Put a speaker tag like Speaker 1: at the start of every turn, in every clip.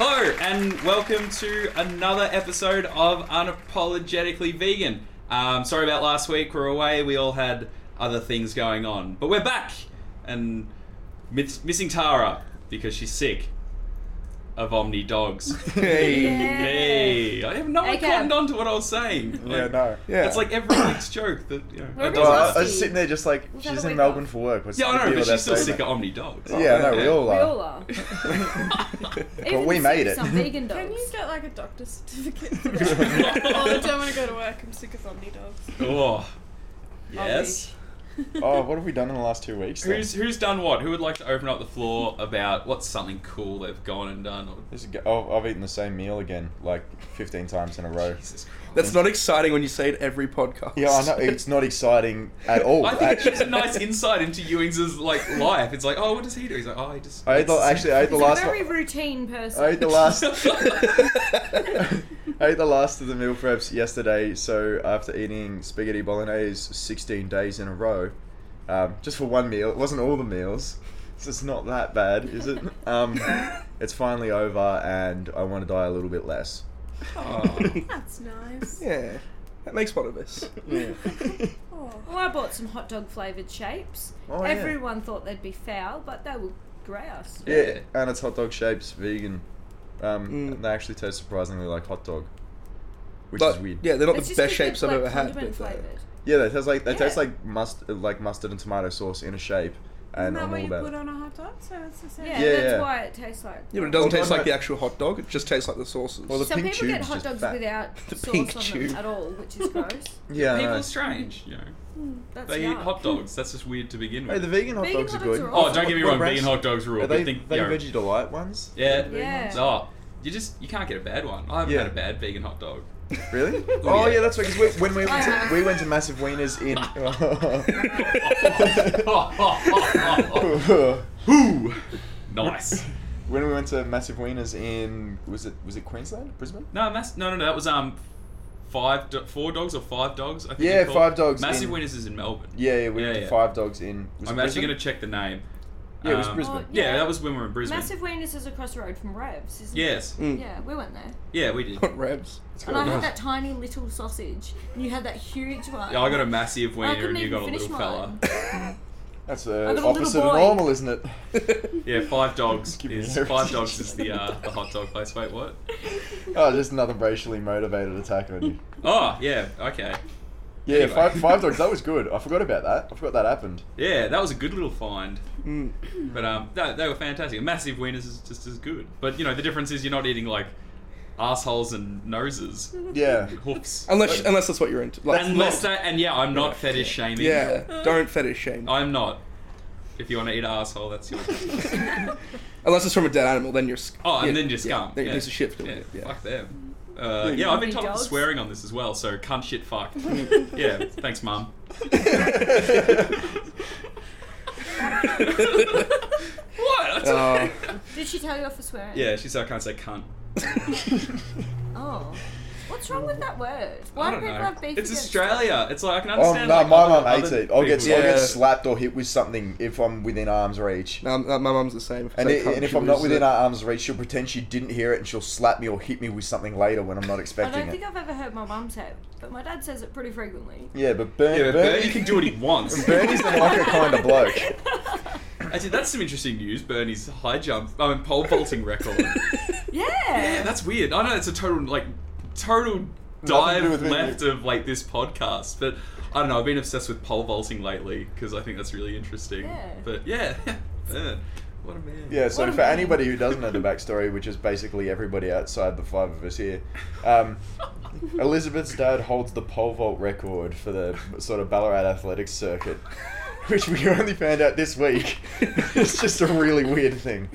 Speaker 1: Hello, and welcome to another episode of Unapologetically Vegan. Um, sorry about last week, we're away, we all had other things going on. But we're back, and miss- missing Tara because she's sick of Omni dogs.
Speaker 2: Hey.
Speaker 1: hey, I have no one
Speaker 3: Okay.
Speaker 1: cottoned on to what I was saying.
Speaker 2: Yeah,
Speaker 1: Like,
Speaker 2: no. Yeah.
Speaker 1: It's like every week's joke that, you know,
Speaker 3: We're
Speaker 1: it
Speaker 3: really
Speaker 2: Well, I-
Speaker 1: doesn't-
Speaker 2: I
Speaker 3: Nasty.
Speaker 2: was sitting there just like,
Speaker 3: Was that
Speaker 2: she's
Speaker 3: the
Speaker 2: in
Speaker 3: way
Speaker 2: Melbourne
Speaker 3: back?
Speaker 2: for work. What's
Speaker 1: yeah,
Speaker 2: the
Speaker 1: I know,
Speaker 2: deal
Speaker 1: but
Speaker 2: with
Speaker 1: she's still
Speaker 2: that
Speaker 1: sick of
Speaker 2: statement?
Speaker 1: Omni dogs.
Speaker 2: Yeah, I know,
Speaker 1: Yeah.
Speaker 2: we all
Speaker 3: We
Speaker 2: are.
Speaker 3: all are.
Speaker 2: but
Speaker 3: Even
Speaker 2: we
Speaker 3: the-
Speaker 2: made it.
Speaker 3: Some vegan dogs.
Speaker 4: Can you get like a doctor's certificate? for that? oh, I don't want to go to work. I'm sick of zombie dogs.
Speaker 1: Oh, yes.
Speaker 2: oh, what have we done in the last two weeks? Then?
Speaker 1: Who's who's done what? Who would like to open up the floor about what's something cool they've gone and done? Or...
Speaker 2: This is g- oh, I've eaten the same meal again, like 15 times in a row.
Speaker 1: Jesus Christ.
Speaker 5: That's not exciting when you say it every podcast.
Speaker 2: Yeah, I know. It's not exciting at all.
Speaker 1: I think it's
Speaker 2: actually.
Speaker 1: just a nice insight into Ewings's like life. It's like, oh, what does he do? He's like, oh, he just.
Speaker 2: I ate the, actually, I ate the
Speaker 3: He's a
Speaker 2: last.
Speaker 3: very
Speaker 2: one-
Speaker 3: routine person.
Speaker 2: I ate the last.
Speaker 1: actually.
Speaker 2: I ate the last of the meal preps yesterday, so after eating spaghetti bolognese 16 days in a row, um, just for one meal, it wasn't all the meals, so it's not that bad, is it? Um, it's finally over, and I want to die a little bit less.
Speaker 1: Oh.
Speaker 4: That's nice.
Speaker 5: Yeah. That makes fun of us.
Speaker 4: Oh.
Speaker 3: Well, I bought some hot dog flavoured shapes.
Speaker 2: Oh, yeah.
Speaker 3: Everyone thought they'd be foul, but they were grouse.
Speaker 2: Yeah, and it's hot dog shapes, vegan. Um,
Speaker 5: Mm.
Speaker 2: and they actually taste surprisingly like hot dog, which
Speaker 5: But,
Speaker 2: is weird.
Speaker 5: Yeah, they're not
Speaker 3: It's
Speaker 5: the
Speaker 3: just 'cause
Speaker 5: best shapes I've
Speaker 3: they're,
Speaker 5: ever
Speaker 3: like,
Speaker 5: had. But uh,
Speaker 3: condiment
Speaker 5: they're-
Speaker 3: flavoured.
Speaker 2: Yeah, they taste like they taste
Speaker 3: Yeah.
Speaker 2: like mustard, like mustard and tomato sauce in a shape,
Speaker 4: Isn't
Speaker 2: and
Speaker 4: that
Speaker 2: I'm
Speaker 4: what
Speaker 2: all
Speaker 4: you
Speaker 2: about.
Speaker 4: put
Speaker 2: it.
Speaker 4: on a hot dog? So it's the same.
Speaker 3: Yeah,
Speaker 2: Yeah,
Speaker 3: that's
Speaker 2: yeah.
Speaker 3: why it tastes like.
Speaker 5: yeah, but it doesn't
Speaker 2: Well,
Speaker 5: taste
Speaker 2: no,
Speaker 5: like
Speaker 2: no.
Speaker 5: the actual hot dog. It just tastes like the sauces.
Speaker 2: Well, the
Speaker 3: Some
Speaker 2: pink
Speaker 3: people get
Speaker 2: tube's
Speaker 3: hot
Speaker 2: just
Speaker 3: dogs
Speaker 2: fat.
Speaker 3: without
Speaker 5: The pink
Speaker 3: sauce on
Speaker 5: tube.
Speaker 3: them at all, which is gross.
Speaker 2: Yeah, I
Speaker 1: People
Speaker 2: know.
Speaker 1: are strange, you know.
Speaker 3: That's
Speaker 1: They eat
Speaker 3: yuck.
Speaker 1: hot dogs. That's just weird to begin
Speaker 2: Hey,
Speaker 1: with.
Speaker 2: the vegan hot
Speaker 3: Vegan
Speaker 2: dogs
Speaker 3: hot
Speaker 2: are
Speaker 3: dogs
Speaker 2: good.
Speaker 3: are
Speaker 1: oh,
Speaker 3: awesome.
Speaker 1: don't get me
Speaker 2: What
Speaker 1: wrong.
Speaker 2: brands-
Speaker 1: Vegan hot dogs rule.
Speaker 2: Are
Speaker 1: but
Speaker 2: they,
Speaker 1: think,
Speaker 2: they
Speaker 1: you know,
Speaker 2: veggie delight ones?
Speaker 1: Yeah.
Speaker 3: Yeah.
Speaker 1: Oh, you just you can't get a bad one. I haven't
Speaker 2: Yeah.
Speaker 1: had a bad vegan hot dog.
Speaker 2: Really?
Speaker 1: Oh,
Speaker 2: oh
Speaker 1: yeah.
Speaker 2: yeah, that's right. Because we, when we went, to,
Speaker 3: Uh-huh.
Speaker 2: we went to Massive Wieners in.
Speaker 1: Ooh, nice.
Speaker 2: when we went to Massive Wieners in was it was it Queensland, Brisbane?
Speaker 1: No, mass- no, no, no. That was um, five, do- four dogs or five dogs. I think
Speaker 2: Yeah,
Speaker 1: they're called.
Speaker 2: Five Dogs
Speaker 1: Massive
Speaker 2: in-
Speaker 1: Winners is in Melbourne.
Speaker 2: Yeah, yeah. We went
Speaker 1: Yeah,
Speaker 2: to
Speaker 1: yeah.
Speaker 2: Five Dogs in. Was
Speaker 1: I'm actually
Speaker 2: it Brisbane?
Speaker 1: gonna check the name.
Speaker 2: Yeah, it was
Speaker 1: Um,
Speaker 2: Brisbane.
Speaker 3: Oh,
Speaker 1: Yeah, that was when we were in Brisbane.
Speaker 3: Massive Wieners is across the road from Revs, isn't
Speaker 1: Yes.
Speaker 3: it?
Speaker 5: Mm.
Speaker 3: Yeah, we went there.
Speaker 1: Yeah, we did.
Speaker 5: Hot revs.
Speaker 3: And I
Speaker 1: Nice.
Speaker 3: had that tiny little sausage, and you had that huge one.
Speaker 1: Yeah, I got a massive wiener
Speaker 3: couldn't
Speaker 1: and you got a
Speaker 3: even
Speaker 1: little
Speaker 3: finish
Speaker 1: fella.
Speaker 3: mine.
Speaker 2: That's uh,
Speaker 3: I got a little
Speaker 2: opposite of
Speaker 3: boy.
Speaker 2: normal, isn't it?
Speaker 5: Mm.
Speaker 1: Yeah, five dogs
Speaker 2: Give me
Speaker 1: is
Speaker 2: a-
Speaker 1: five dogs is the uh, the hot dog place. Wait, what?
Speaker 2: Oh, just another racially motivated attack on you.
Speaker 1: Oh, yeah. Okay.
Speaker 2: Yeah,
Speaker 1: Anyway.
Speaker 2: five, five Dogs. That was good. I forgot about that. I forgot that happened.
Speaker 1: Yeah, that was a good little find.
Speaker 5: Mm.
Speaker 3: Hmm.
Speaker 1: But um, no, they were fantastic. Massive wieners is just as good. But you know, the difference is you're not eating like assholes and noses,
Speaker 2: Yeah.
Speaker 1: hoofs.
Speaker 5: Unless, unless that's what you're into. Like,
Speaker 1: Unless
Speaker 5: not-
Speaker 1: that, and yeah, I'm not fetish shaming.
Speaker 5: Yeah, don't fetish shame.
Speaker 1: I'm not. If you want to eat asshole, that's your.
Speaker 5: Unless it's from a dead animal, then you're. sc-
Speaker 1: Oh, and
Speaker 5: yeah,
Speaker 1: then just
Speaker 5: yeah,
Speaker 1: scum.
Speaker 5: Then
Speaker 1: Yeah.
Speaker 5: you're a piece of shit. for
Speaker 1: Yeah,
Speaker 5: it, Yeah.
Speaker 1: fuck them. Uh,
Speaker 5: Yeah,
Speaker 1: yeah, I've been
Speaker 3: Big
Speaker 1: told off for
Speaker 3: dogs.
Speaker 1: swearing on this as well. So cunt, shit, fuck. yeah, thanks, mum. what? That's
Speaker 5: Uh,
Speaker 3: Did she tell you off for swearing?
Speaker 1: yeah, she said I can't say cunt.
Speaker 3: Oh. What's wrong with that word? Why
Speaker 1: I
Speaker 3: do
Speaker 1: don't
Speaker 3: people
Speaker 1: know.
Speaker 3: have beef
Speaker 1: It's
Speaker 3: against
Speaker 1: Australia. It's like I can
Speaker 2: Oh
Speaker 1: understand.
Speaker 2: no,
Speaker 1: like,
Speaker 2: my
Speaker 1: other-
Speaker 2: mum hates
Speaker 1: other
Speaker 2: it. I'll get
Speaker 1: people.
Speaker 2: I'll get
Speaker 5: Yeah.
Speaker 2: slapped or hit with something if I'm within arm's reach.
Speaker 5: no, my my mum's the same. If I
Speaker 2: And,
Speaker 5: say
Speaker 2: i
Speaker 5: cunt,
Speaker 2: and if
Speaker 5: she
Speaker 2: I'm not
Speaker 5: loses
Speaker 2: within
Speaker 5: it.
Speaker 2: our arm's reach, she'll pretend she didn't hear it and she'll slap me or hit me with something later when I'm not
Speaker 3: I
Speaker 2: expecting
Speaker 3: don't think
Speaker 2: it.
Speaker 3: I've ever heard my mum say it, but my dad says it pretty frequently.
Speaker 2: Yeah, but Bern,
Speaker 1: Yeah, but
Speaker 2: Bernie,
Speaker 1: Bernie can do what he wants.
Speaker 2: Bernie's the like kind of bloke.
Speaker 1: Actually, that's some interesting news. Bernie's high jump, I mean, pole vaulting record.
Speaker 3: Yeah.
Speaker 1: Yeah, that's weird. I know it's a total like total
Speaker 2: to do with
Speaker 1: dive
Speaker 2: me.
Speaker 1: left of like this podcast, but I don't know. I've been obsessed with pole vaulting lately because I think that's really interesting.
Speaker 3: Yeah.
Speaker 1: But yeah, yeah. what a man.
Speaker 2: Yeah, so
Speaker 3: What a
Speaker 2: for
Speaker 3: man.
Speaker 2: anybody who doesn't know the backstory, which is basically everybody outside the five of us here, um, Elizabeth's dad holds the pole vault record for the sort of Ballarat athletics circuit, which we only found out this week. it's just a really weird thing.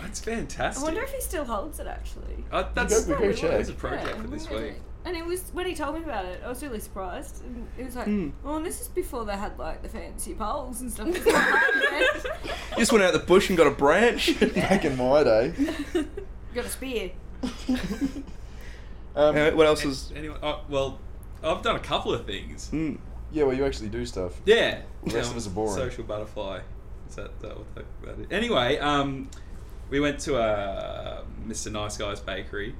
Speaker 1: that's
Speaker 3: I
Speaker 1: fantastic.
Speaker 3: wonder if he still holds it actually.
Speaker 1: Uh, that's
Speaker 2: We go- we go check.
Speaker 1: that's a project
Speaker 3: Yeah,
Speaker 1: for this
Speaker 3: really.
Speaker 1: week.
Speaker 3: And it was when he told me about it, I was really surprised. And it was like,
Speaker 2: Hmm.
Speaker 5: Mm.
Speaker 3: well, and this is before they had like the fancy poles and stuff. It's not like "Oh, that.
Speaker 5: You just went out the bush and got a branch.
Speaker 2: Back in my day.
Speaker 3: Got a spear.
Speaker 2: Um,
Speaker 5: Uh, what else is?
Speaker 1: Anyway, uh, well, I've done a couple of things.
Speaker 5: Mm.
Speaker 2: yeah, well, you actually do stuff.
Speaker 1: Yeah.
Speaker 2: The Hmm. rest of us are boring.
Speaker 1: Social butterfly. Is that, that what that, that is? Anyway, um, We went to uh, Mr. Nice Guy's bakery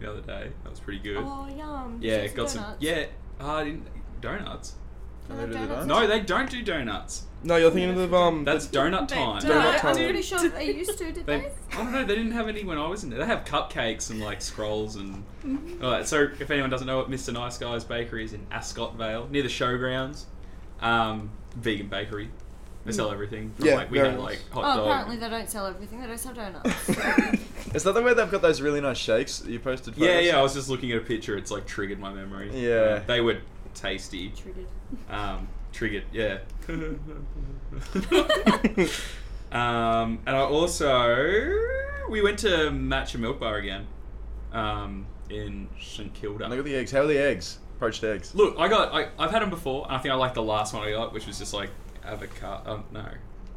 Speaker 1: the other day. That was pretty good.
Speaker 3: Oh, yum.
Speaker 1: yeah,
Speaker 3: Should we
Speaker 1: got
Speaker 3: do
Speaker 1: some.
Speaker 3: donuts?
Speaker 1: Yeah, uh, I didn't donuts.
Speaker 4: No,
Speaker 2: do the
Speaker 4: donuts.
Speaker 1: No, they don't do donuts.
Speaker 5: No, you're thinking of um.
Speaker 1: That's donut time.
Speaker 5: Donut
Speaker 3: No,
Speaker 5: time.
Speaker 3: I'm pretty sure that they used to, did
Speaker 1: They,
Speaker 3: they?
Speaker 1: I don't know. They didn't have any when I was in there. They have cupcakes and like scrolls and
Speaker 3: Mm-hmm.
Speaker 1: all that. So if anyone doesn't know what Mr. Nice Guy's bakery is in Ascot Vale, near the showgrounds, um, vegan bakery. They sell everything. From,
Speaker 5: Yeah,
Speaker 1: like, we
Speaker 5: very
Speaker 1: have
Speaker 5: nice.
Speaker 1: like hot
Speaker 3: Mm. Oh,
Speaker 1: dog.
Speaker 3: apparently they don't sell everything. They don't sell donuts.
Speaker 2: Is that the way they've got those really nice shakes that you posted? Photos?
Speaker 1: yeah, yeah. I was just looking at a picture. It's like triggered my memory.
Speaker 2: Yeah.
Speaker 1: they were tasty.
Speaker 3: Triggered.
Speaker 1: Um, triggered. Yeah. Um, and I also we went to Matcha Milk Bar again um, in St Kilda.
Speaker 2: Look at the eggs. How are the eggs? Poached eggs.
Speaker 1: Look, I got I, I've had them before, and I think I liked the last one I got, which was just like avocado. Um, no,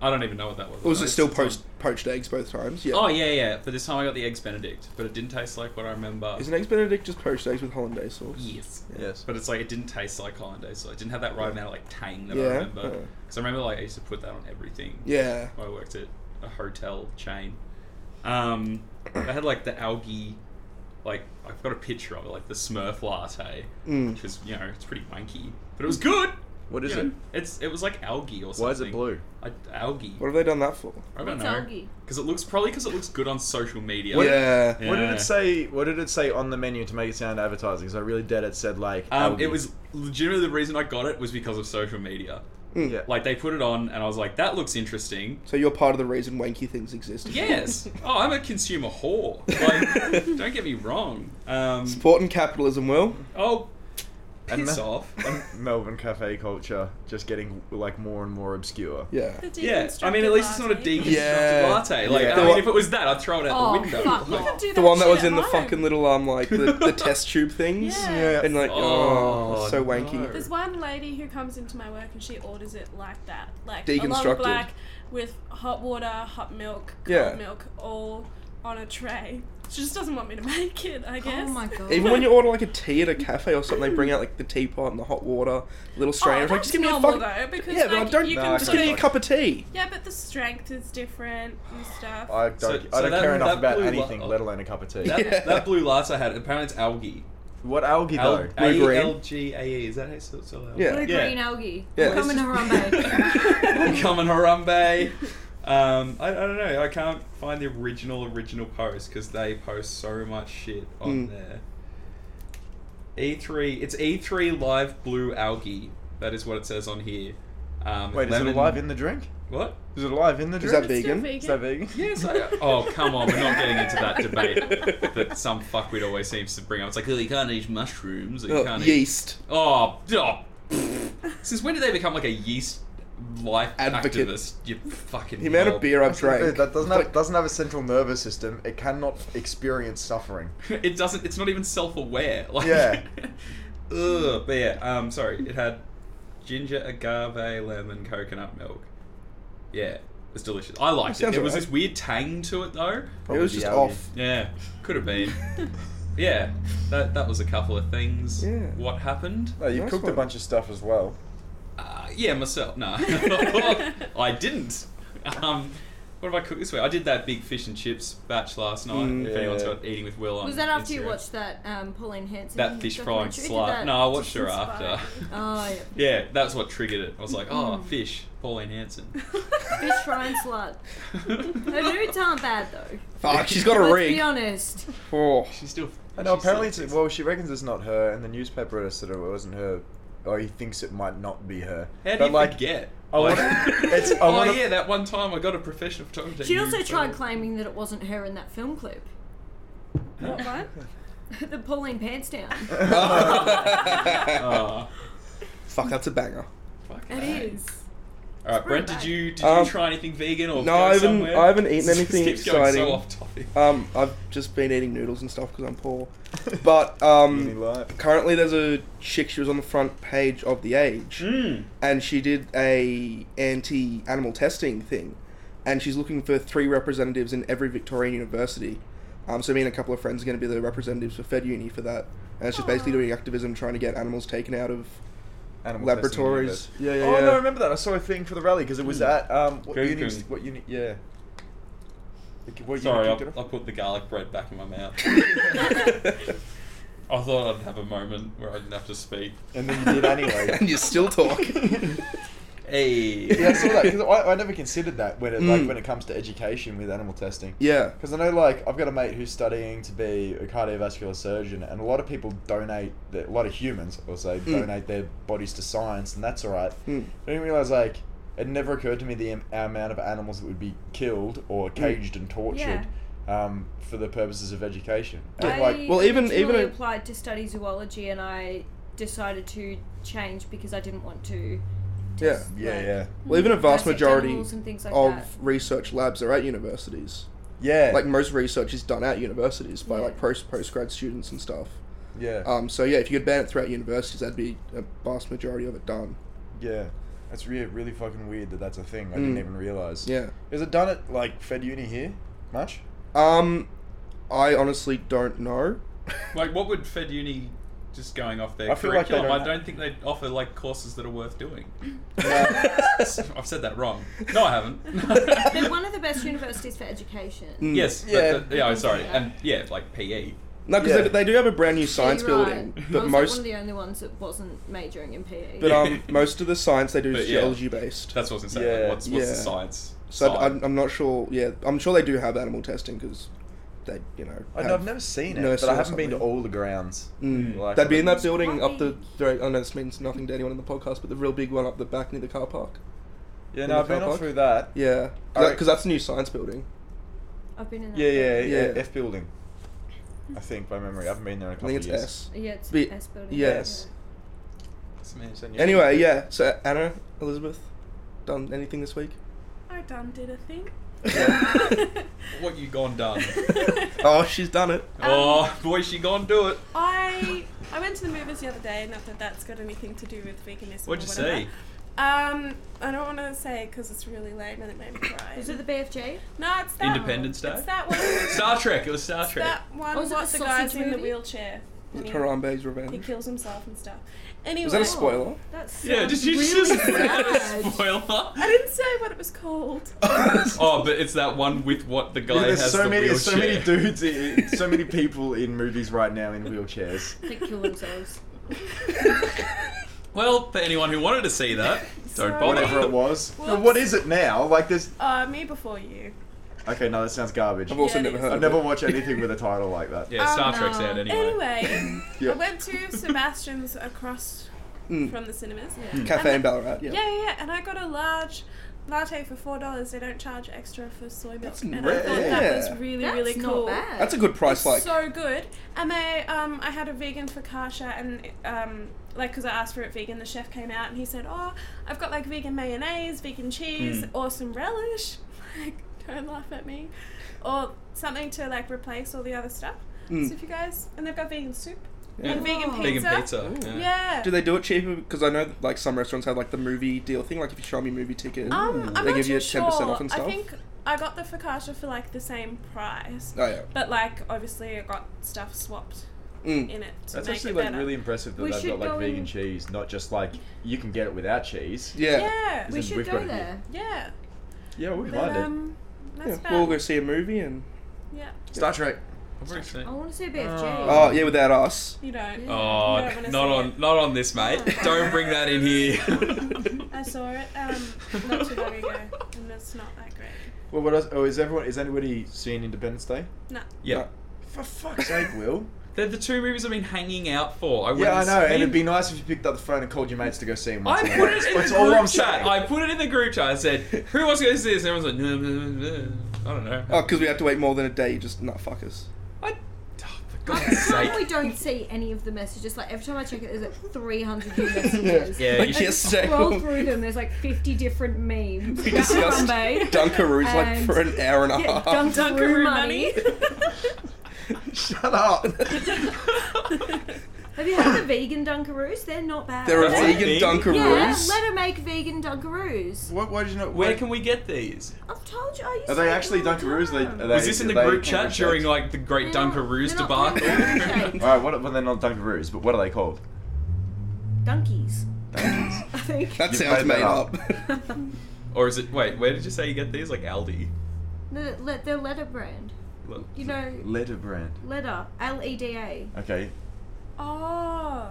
Speaker 1: I don't even know what that was.
Speaker 5: Was it still
Speaker 1: It's- it's
Speaker 5: poached poached eggs both times? Yeah.
Speaker 1: on- Oh yeah, yeah. But this time I got the eggs Benedict, but it didn't taste like what I remember.
Speaker 5: Isn't eggs Benedict just poached eggs with hollandaise sauce?
Speaker 1: Yes.
Speaker 2: Yes.
Speaker 1: But it's like it didn't taste like hollandaise, so it didn't have that right amount of like tang that I
Speaker 5: Yeah,
Speaker 1: remember.
Speaker 5: yeah.
Speaker 1: Because I remember like I used to put that on everything.
Speaker 5: Yeah.
Speaker 1: when I worked at a hotel chain. Um, they had like the algae, like I've got a picture of it, like the Smurf latte,
Speaker 5: Mm.
Speaker 1: which is you know it's pretty wanky, but it was good.
Speaker 2: What is
Speaker 1: You know,
Speaker 2: it?
Speaker 1: It's it was like algae or something.
Speaker 2: Why is it blue?
Speaker 1: I, algae.
Speaker 5: What have they done that for?
Speaker 1: I don't
Speaker 3: What's
Speaker 1: know.
Speaker 3: algae?
Speaker 1: Because it looks probably because it looks good on social media. Um,
Speaker 5: yeah.
Speaker 1: Yeah.
Speaker 2: What did it say? What did it say on the menu to make it sound advertising? Because I really did. It said like.
Speaker 1: Um,
Speaker 2: algae.
Speaker 1: it was legitimately the reason I got it was because of social media.
Speaker 5: Mm.
Speaker 2: Yeah.
Speaker 1: Like they put it on, and I was like, "That looks interesting."
Speaker 5: So you're part of the reason wanky things exist.
Speaker 1: Yes. Oh, I'm a consumer whore. Like, don't get me wrong. Um,
Speaker 5: Supporting capitalism, Will.
Speaker 1: oh,
Speaker 2: And
Speaker 1: piss
Speaker 2: ma-
Speaker 1: off.
Speaker 2: Melbourne cafe culture just getting like more and more obscure.
Speaker 5: Yeah.
Speaker 4: The
Speaker 1: Yeah, I mean, at least it's not a
Speaker 4: deconstructed
Speaker 1: deconstructed
Speaker 4: latte.
Speaker 5: Yeah.
Speaker 1: latte. Like,
Speaker 2: Yeah.
Speaker 1: I
Speaker 5: The
Speaker 1: mean,
Speaker 5: one-
Speaker 1: if it was that, I'd throw it out
Speaker 3: Oh,
Speaker 1: the window.
Speaker 3: fuck
Speaker 1: Like,
Speaker 3: off.
Speaker 4: Do
Speaker 5: The one that was
Speaker 4: shit
Speaker 5: in
Speaker 4: at
Speaker 5: the
Speaker 4: home.
Speaker 5: fucking little um like the, the test tube things.
Speaker 4: Yeah.
Speaker 5: And like oh,
Speaker 1: Oh,
Speaker 5: so
Speaker 1: no.
Speaker 5: wanky.
Speaker 4: There's one lady who comes into my work and she orders it like that, like a long
Speaker 5: Deconstructed.
Speaker 4: black with hot water, hot milk, cold
Speaker 5: Yeah.
Speaker 4: milk, all on a tray. She just doesn't want me to make it, I guess.
Speaker 3: Oh my God.
Speaker 5: Even when you order like a tea at a cafe or something, they bring out like the teapot and the hot water, little
Speaker 4: Oh,
Speaker 5: strainer. It's like, just
Speaker 4: that's
Speaker 5: give me a
Speaker 4: normal,
Speaker 5: fucking.
Speaker 4: though, because
Speaker 5: yeah, but
Speaker 4: like,
Speaker 5: I don't.
Speaker 4: You
Speaker 2: No,
Speaker 4: can
Speaker 2: I
Speaker 5: just
Speaker 4: put
Speaker 5: give me a
Speaker 4: it-
Speaker 5: cup of tea.
Speaker 4: Yeah, but the strength is different and stuff.
Speaker 2: I don't.
Speaker 1: So-
Speaker 2: I
Speaker 1: so
Speaker 2: don't
Speaker 1: that-
Speaker 2: care enough
Speaker 1: that
Speaker 2: about
Speaker 1: blue
Speaker 2: anything,
Speaker 1: lo-
Speaker 2: let alone a cup of tea.
Speaker 1: That,
Speaker 5: Yeah.
Speaker 1: that blue latte had, apparently it's algae.
Speaker 2: What algae
Speaker 1: Al-
Speaker 2: though?
Speaker 5: Blue-green.
Speaker 1: A-L-G-A-E. E. Is that how it's still still algae?
Speaker 5: Yeah.
Speaker 3: Blue
Speaker 1: Yeah.
Speaker 3: green algae.
Speaker 5: Yeah.
Speaker 3: I'm coming to Harambe.
Speaker 1: I'm coming Harambe. Um, I, I don't know. I can't find the original original post because they post so much shit on
Speaker 5: Mm.
Speaker 2: Hmm.
Speaker 1: there. E3. It's E3 live blue algae. That is what it says on here. Um,
Speaker 2: Wait, is
Speaker 1: lemon-
Speaker 2: it alive in the drink?
Speaker 1: What?
Speaker 2: Is it alive in the
Speaker 5: Is
Speaker 2: drink?
Speaker 5: that
Speaker 4: It's still
Speaker 5: vegan?
Speaker 4: vegan.
Speaker 2: Is that vegan?
Speaker 1: Yes. I, oh, come on. We're not getting into that debate that some fuckwit always seems to bring up. It's like, oh, you can't eat mushrooms. Or you
Speaker 5: Oh,
Speaker 1: can't eat.
Speaker 5: yeast.
Speaker 1: Oh, oh pfft. since when did they become like a yeast life
Speaker 5: Advocate.
Speaker 1: activist? You fucking.
Speaker 5: The amount
Speaker 1: knob.
Speaker 5: of beer I've
Speaker 2: Dude,
Speaker 5: drank.
Speaker 2: that doesn't have, doesn't have a central nervous system. It cannot experience suffering.
Speaker 1: it doesn't. It's not even self-aware. Like,
Speaker 2: Yeah.
Speaker 1: Ugh, but yeah. Um. Sorry. It had ginger, agave, lemon, coconut milk. Yeah. It's delicious. I liked it.
Speaker 5: Sounds
Speaker 1: There was
Speaker 5: alright.
Speaker 1: this weird tang to it though.
Speaker 5: It
Speaker 2: Probably
Speaker 5: was
Speaker 2: the
Speaker 5: just
Speaker 2: algae.
Speaker 5: off.
Speaker 1: Yeah. Could have been. yeah. That that was a couple of things.
Speaker 5: Yeah.
Speaker 1: What happened?
Speaker 2: No, you
Speaker 5: Nice
Speaker 2: cooked a
Speaker 5: one.
Speaker 2: bunch of stuff as well.
Speaker 1: Uh, yeah, myself. No, I didn't. Um, what have I cooked this week? I did that big fish and chips batch last night.
Speaker 5: Mm.
Speaker 1: if anyone's
Speaker 2: Yeah.
Speaker 1: got eating with Will on
Speaker 3: Was that after
Speaker 1: Instagram.
Speaker 3: you watched that um, Pauline Hanson?
Speaker 1: that fish frying
Speaker 3: documentary? Did
Speaker 1: slut?
Speaker 3: that-
Speaker 1: No, I watched her
Speaker 4: Inspired.
Speaker 1: after.
Speaker 3: Oh, yeah. Mm.
Speaker 1: yeah, that's what triggered it. I was like, oh, fish, Pauline Hanson.
Speaker 3: Fish frying slut. Her nudes aren't bad though.
Speaker 5: Fuck, she's got a
Speaker 3: Let's be
Speaker 5: rig.
Speaker 3: honest.
Speaker 5: Oh.
Speaker 1: She's still.
Speaker 2: I know.
Speaker 1: she's
Speaker 2: Apparently, it's,
Speaker 1: still-
Speaker 2: well, she reckons it's not her, and the newspaper editor said it wasn't her, or he thinks it might not be her.
Speaker 1: How do
Speaker 2: but
Speaker 1: you
Speaker 2: like,
Speaker 1: forget?
Speaker 2: I
Speaker 1: Like-
Speaker 2: wanna- it's- I
Speaker 1: oh
Speaker 2: wanna-
Speaker 1: yeah, that one time I got a professional photographer.
Speaker 3: She
Speaker 1: you
Speaker 3: also
Speaker 1: photo-
Speaker 3: tried claiming that it wasn't her in that film clip.
Speaker 4: What? what?
Speaker 3: the Pauline pants down.
Speaker 1: Oh,
Speaker 5: Fuck, that's a banger.
Speaker 1: fuck
Speaker 3: It is.
Speaker 1: All right, Brent, did you did
Speaker 5: Um,
Speaker 1: you try anything vegan or
Speaker 5: No,
Speaker 1: go
Speaker 5: I haven't.
Speaker 1: somewhere?
Speaker 5: I haven't eaten
Speaker 1: This
Speaker 5: anything
Speaker 1: keeps
Speaker 5: exciting.
Speaker 1: Going so off topic.
Speaker 5: Um, I've just been eating noodles and stuff because I'm poor. But um, currently there's a chick. She was on the front page of the Age,
Speaker 1: Mm.
Speaker 5: and she did a anti-animal testing thing, and she's looking for three representatives in every Victorian university. Um, so me and a couple of friends are going to be the representatives for Fed Uni for that, and it's just basically
Speaker 4: Aw.
Speaker 5: doing activism, trying to get animals taken out of
Speaker 2: Animal
Speaker 5: laboratories.
Speaker 2: testing
Speaker 5: Yeah, yeah,
Speaker 2: universe. Oh
Speaker 5: yeah.
Speaker 1: Hmm.
Speaker 2: no, I remember that. I saw a thing for the rally because it was
Speaker 1: Mm.
Speaker 2: at um, what
Speaker 1: Goon
Speaker 2: uni?
Speaker 1: Goon.
Speaker 2: What uni? Yeah. What, you
Speaker 1: Sorry, I,
Speaker 2: picked it
Speaker 1: I
Speaker 2: up?
Speaker 1: put the garlic bread back in my mouth. I thought I'd have a moment where I didn't have to speak.
Speaker 2: and then you did anyway.
Speaker 5: and you still talk.
Speaker 1: Hey.
Speaker 2: yeah, I saw that 'cause I, I never considered that when it like
Speaker 5: Mm.
Speaker 2: when it comes to education with animal testing.
Speaker 5: yeah.
Speaker 2: Because I know, like, I've got a mate who's studying to be a cardiovascular surgeon, and a lot of people donate, their, a lot of humans, I'll say,
Speaker 5: Mm.
Speaker 2: donate their bodies to science, and that's all right.
Speaker 5: Mm.
Speaker 2: I didn't realize, like, it never occurred to me the am- amount of animals that would be killed or
Speaker 5: Mm.
Speaker 2: caged and tortured um, for the purposes of education. And,
Speaker 3: I
Speaker 2: like,
Speaker 5: Well, even-
Speaker 3: originally
Speaker 5: even a-
Speaker 3: applied to study zoology, and I decided to change because I didn't want to.
Speaker 5: Yeah.
Speaker 2: yeah, yeah,
Speaker 5: Well, even a vast
Speaker 3: dissect
Speaker 5: majority
Speaker 3: animals and things like
Speaker 5: of
Speaker 3: that.
Speaker 5: research labs are at universities.
Speaker 2: yeah,
Speaker 5: Like most research is done at universities by
Speaker 3: Yeah.
Speaker 5: like post post grad students and stuff.
Speaker 2: yeah,
Speaker 5: Um, so yeah, if you could ban it throughout universities, that'd be a vast majority of it done.
Speaker 2: yeah. That's really, really fucking weird that that's a thing. I didn't
Speaker 5: Mm.
Speaker 2: even realize.
Speaker 5: Yeah.
Speaker 2: Is it done at like Fed Uni here much?
Speaker 5: Um, I honestly don't know.
Speaker 1: Like, what would Fed Uni just going off their
Speaker 2: I feel like they
Speaker 1: curriculum?
Speaker 2: don't-
Speaker 1: I don't think they offer like courses that are worth doing.
Speaker 2: Yeah.
Speaker 1: I've said that wrong. No, I haven't.
Speaker 3: They're one of the best universities for education.
Speaker 5: Mm.
Speaker 1: yes.
Speaker 2: Yeah.
Speaker 1: Yeah. yeah. oh, sorry. And yeah, like E. PE.
Speaker 5: No, because
Speaker 2: Yeah.
Speaker 5: they, they do have a brand new
Speaker 3: Yeah, you're
Speaker 5: science building,
Speaker 3: right. I was
Speaker 5: but
Speaker 3: like one
Speaker 5: most
Speaker 3: of the only ones that wasn't majoring in E. PE.
Speaker 5: but
Speaker 1: Yeah.
Speaker 5: um most of the science they do is
Speaker 1: But, yeah.
Speaker 5: geology based.
Speaker 1: That's what I was gonna say.
Speaker 2: Yeah.
Speaker 1: Like, what's what's the
Speaker 5: Yeah.
Speaker 1: science?
Speaker 5: So I,
Speaker 1: side?
Speaker 5: am I'm not sure. Yeah, I'm sure they do have animal testing because they, you know,
Speaker 2: I
Speaker 5: have-
Speaker 2: I've never seen it,
Speaker 5: nursery
Speaker 2: but I
Speaker 5: or
Speaker 2: haven't been to
Speaker 5: something.
Speaker 2: all the grounds.
Speaker 5: Mm.
Speaker 2: Like,
Speaker 5: That'd be in that
Speaker 2: it's-
Speaker 5: building up the.
Speaker 3: Why?
Speaker 5: Direct, I know this means nothing to anyone in the podcast, but the real big one up the back near the car park.
Speaker 2: Yeah,
Speaker 5: in
Speaker 2: no,
Speaker 5: the
Speaker 2: I've been
Speaker 5: car
Speaker 2: all
Speaker 5: park?
Speaker 2: through that.
Speaker 5: Yeah,
Speaker 2: I
Speaker 5: because
Speaker 2: reckon-
Speaker 5: that's the new science building.
Speaker 3: I've been in that.
Speaker 2: Yeah, yeah,
Speaker 3: building.
Speaker 2: yeah,
Speaker 5: Yeah.
Speaker 2: F building. I think by memory, I haven't been there in a
Speaker 5: I
Speaker 2: couple
Speaker 5: think it's
Speaker 2: of years.
Speaker 5: S.
Speaker 3: Yeah, it's
Speaker 5: Be-
Speaker 3: S building.
Speaker 5: yes.
Speaker 1: That's amazing.
Speaker 5: Anyway, yeah. So Anna, Elizabeth, done anything this week?
Speaker 4: I done did a thing.
Speaker 1: What you gone done?
Speaker 5: Oh, she's done it.
Speaker 1: oh boy, she gone do it.
Speaker 4: I I went to the movies the other day, not that that's got anything to do with veganism.
Speaker 1: What'd
Speaker 4: or
Speaker 1: you
Speaker 4: whatever.
Speaker 1: see?
Speaker 4: Um, I don't want to say because it's really lame and it made me cry.
Speaker 3: Was it the BFG?
Speaker 4: No, it's that.
Speaker 1: Independence
Speaker 4: one.
Speaker 1: Day?
Speaker 4: It's that one. it's
Speaker 1: Star Trek. It was Star Trek.
Speaker 4: that one.
Speaker 3: Oh, is it
Speaker 4: what
Speaker 3: the
Speaker 4: the, guy's
Speaker 3: sausage
Speaker 4: in the
Speaker 3: movie?
Speaker 4: wheelchair.
Speaker 5: Is
Speaker 4: when
Speaker 5: it
Speaker 4: he-
Speaker 5: Harambe's
Speaker 4: He
Speaker 5: revenge.
Speaker 4: kills himself and stuff. Anyway,
Speaker 5: Was that a spoiler?
Speaker 3: That's
Speaker 1: yeah. Did you
Speaker 3: really
Speaker 1: just
Speaker 3: sad.
Speaker 1: spoiler?
Speaker 4: I didn't say what it was called.
Speaker 1: Oh, but it's that one with what the guy
Speaker 2: Yeah, there's
Speaker 1: has
Speaker 2: so
Speaker 1: the
Speaker 2: many, so many
Speaker 1: wheelchair.
Speaker 2: dudes, in, so many people in movies right now in wheelchairs.
Speaker 3: They kill themselves.
Speaker 1: Well, for anyone who wanted to see that, don't
Speaker 4: Sorry.
Speaker 1: bother.
Speaker 2: Whatever it was. But
Speaker 4: Whoops.
Speaker 2: what is it now? Like this?
Speaker 4: Uh, me before you.
Speaker 2: Okay, no, that sounds garbage.
Speaker 5: I've also
Speaker 4: Yeah, it
Speaker 5: never
Speaker 4: is.
Speaker 5: heard.
Speaker 2: I
Speaker 5: of
Speaker 2: never
Speaker 5: it.
Speaker 2: watch anything with a title like that.
Speaker 1: Yeah, Star
Speaker 3: Oh,
Speaker 1: Trek's
Speaker 3: no.
Speaker 1: out
Speaker 4: Um, Anyway,
Speaker 2: Yeah.
Speaker 4: I went to Sebastian's across
Speaker 5: Mm.
Speaker 4: from the cinemas.
Speaker 3: Yeah.
Speaker 5: Cafe in Ballarat. Yeah.
Speaker 4: Yeah, yeah, yeah, and I got a large latte for four dollars. They don't charge extra for soy milk,
Speaker 5: That's
Speaker 4: and I
Speaker 5: rare.
Speaker 4: thought that was
Speaker 5: Yeah.
Speaker 4: really,
Speaker 3: That's
Speaker 4: really cool.
Speaker 3: not bad.
Speaker 5: That's a good price. Like,
Speaker 4: so good. And they, um, I had a vegan focaccia, and um, like because I asked for it vegan, the chef came out and he said, "Oh, I've got like vegan mayonnaise, vegan cheese,
Speaker 5: Hmm.
Speaker 4: or some relish." Like, don't laugh at me, or something to like replace all the other stuff.
Speaker 5: Mm.
Speaker 4: So if you guys, and they've got vegan soup
Speaker 5: Yeah.
Speaker 4: and vegan
Speaker 3: Wow.
Speaker 4: pizza.
Speaker 1: Vegan pizza.
Speaker 5: Ooh.
Speaker 4: Yeah.
Speaker 5: do they do it cheaper? Because I know like some restaurants have like the movie deal thing. Like if you show me a movie ticket,
Speaker 4: Um, I'm
Speaker 5: they
Speaker 4: not
Speaker 5: give you
Speaker 4: too
Speaker 5: 10%
Speaker 4: sure.
Speaker 5: off and stuff.
Speaker 4: I think I got the focaccia for like the same price,
Speaker 5: oh yeah.
Speaker 4: but like obviously I got stuff swapped
Speaker 5: Mm.
Speaker 4: in it. To
Speaker 2: That's
Speaker 4: make
Speaker 2: actually
Speaker 4: it
Speaker 2: like
Speaker 4: better.
Speaker 2: really impressive that
Speaker 3: We
Speaker 2: they've
Speaker 3: should
Speaker 2: got like
Speaker 3: go
Speaker 2: vegan
Speaker 3: and-
Speaker 2: cheese, not just like you can get it without cheese.
Speaker 5: Yeah.
Speaker 4: Yeah.
Speaker 2: Is
Speaker 3: We
Speaker 2: it-
Speaker 3: should
Speaker 2: we've got
Speaker 3: go
Speaker 2: it here.
Speaker 3: there.
Speaker 4: Yeah.
Speaker 2: Yeah, I wouldn't
Speaker 4: But,
Speaker 2: mind it.
Speaker 4: um,
Speaker 5: Yeah,
Speaker 4: that's
Speaker 5: We'll
Speaker 4: bad.
Speaker 5: go see a movie and
Speaker 4: yeah.
Speaker 2: Star Trek.
Speaker 1: yeah.
Speaker 3: I want to see a BFG.
Speaker 5: oh yeah, without us.
Speaker 4: You don't.
Speaker 1: Oh,
Speaker 4: You don't wanna
Speaker 1: not
Speaker 4: see
Speaker 1: on,
Speaker 4: it. Oh.
Speaker 1: not on this, mate. Don't bring that in here.
Speaker 4: I saw it um, not too long ago, and it's not that great.
Speaker 2: Well, what else? Oh, is everyone? Is anybody seen Independence Day?
Speaker 4: No.
Speaker 1: Yeah,
Speaker 2: For fuck's sake, Will.
Speaker 1: they're the two movies I've been hanging out for. I
Speaker 2: Yeah, I
Speaker 1: wouldn't
Speaker 2: know, and
Speaker 1: spend-
Speaker 2: it'd be nice if you picked up the phone and called your mates to go see him.
Speaker 1: I
Speaker 2: once in a
Speaker 1: put
Speaker 2: while.
Speaker 1: it in
Speaker 2: That's
Speaker 1: the
Speaker 2: all I'm
Speaker 1: group chat.
Speaker 2: saying.
Speaker 1: I put it in the group chat. I said, "Who wants to go see this?" And everyone's like, "No, no, no, no." "I don't know."
Speaker 5: Oh, because we had to wait more than a day. Just not fuck us.
Speaker 1: I, oh, for
Speaker 3: I
Speaker 1: God's sake!
Speaker 3: probably don't see any of the messages. Like every time I check it, there's like 300 new messages.
Speaker 1: Yeah,
Speaker 5: Like
Speaker 1: you-
Speaker 3: I just
Speaker 5: yesterday.
Speaker 3: Scroll through them. There's like 50 different memes.
Speaker 5: We discussed
Speaker 3: Bombay.
Speaker 5: Dunkaroos like
Speaker 3: And-
Speaker 5: for an hour and a
Speaker 3: Yeah,
Speaker 5: half.
Speaker 3: dunk
Speaker 4: Dunkaroo
Speaker 3: money.
Speaker 2: Shut up.
Speaker 3: Have you had the vegan Dunkaroos? They're not bad.
Speaker 5: There are
Speaker 1: That's
Speaker 5: vegan
Speaker 1: a thing.
Speaker 3: yeah,
Speaker 5: Dunkaroos.
Speaker 3: let her make vegan Dunkaroos.
Speaker 2: what? Why did you not?
Speaker 1: Where can we get these?
Speaker 3: I've told you. I used
Speaker 2: Are
Speaker 3: to
Speaker 2: they
Speaker 3: make
Speaker 2: actually
Speaker 3: them all the
Speaker 2: Dunkaroos? They-
Speaker 3: time.
Speaker 2: are they-
Speaker 1: Was this in the
Speaker 2: they
Speaker 1: group
Speaker 2: can
Speaker 1: chat
Speaker 2: be
Speaker 1: during
Speaker 2: shaped.
Speaker 1: like the Great
Speaker 3: They're not-
Speaker 1: Dunkaroos
Speaker 3: they're not
Speaker 1: debacle?
Speaker 3: Dunkaroos.
Speaker 2: All right. What? Well, they're not Dunkaroos, but what are they called?
Speaker 3: Donkeys.
Speaker 2: Dunkies.
Speaker 3: I think.
Speaker 5: That
Speaker 2: You
Speaker 5: sounds
Speaker 2: made
Speaker 5: made
Speaker 2: that
Speaker 5: up.
Speaker 2: up.
Speaker 1: or is it? Wait, where did you say you get these? Like Aldi?
Speaker 3: The, le, their letter brand.
Speaker 1: Look.
Speaker 3: You know,
Speaker 2: Letter brand.
Speaker 3: letter. L E D A.
Speaker 2: Okay.
Speaker 4: Oh.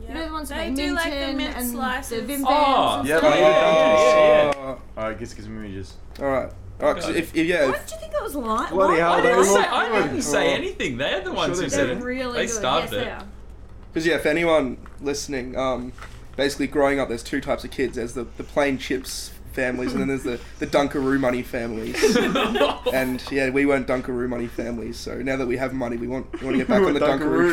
Speaker 4: Yeah.
Speaker 3: You know the ones
Speaker 4: they
Speaker 3: like
Speaker 4: do like the
Speaker 3: Minton
Speaker 4: mint
Speaker 3: and
Speaker 4: slices.
Speaker 3: the Vim
Speaker 1: Oh,
Speaker 3: Vans
Speaker 2: yeah,
Speaker 3: and
Speaker 2: but
Speaker 3: stuff.
Speaker 2: I Yeah, yeah,
Speaker 5: Oh,
Speaker 2: All right, gives gives me images.
Speaker 5: all right, all right. 'cause
Speaker 1: Okay.
Speaker 5: if, if yeah,
Speaker 3: Why
Speaker 5: if,
Speaker 3: did you think that was light?
Speaker 2: Bloody
Speaker 3: Why-
Speaker 2: hell,
Speaker 3: why
Speaker 1: I
Speaker 2: they
Speaker 1: didn't,
Speaker 2: look
Speaker 1: say, I
Speaker 2: good.
Speaker 1: didn't say
Speaker 2: Oh.
Speaker 1: anything. They're the ones who
Speaker 2: they
Speaker 1: said
Speaker 3: They're
Speaker 1: it.
Speaker 3: really
Speaker 1: they
Speaker 3: good.
Speaker 1: starved
Speaker 3: yes,
Speaker 1: it.
Speaker 3: they are.
Speaker 5: Because yeah, for anyone listening, um, basically growing up, there's two types of kids. There's the, the plain chips families, and then there's the, the Dunkaroo money families. and yeah, we weren't Dunkaroo money families. So now that we have money, we want we want to get back
Speaker 2: We're
Speaker 5: on the Dunkaroo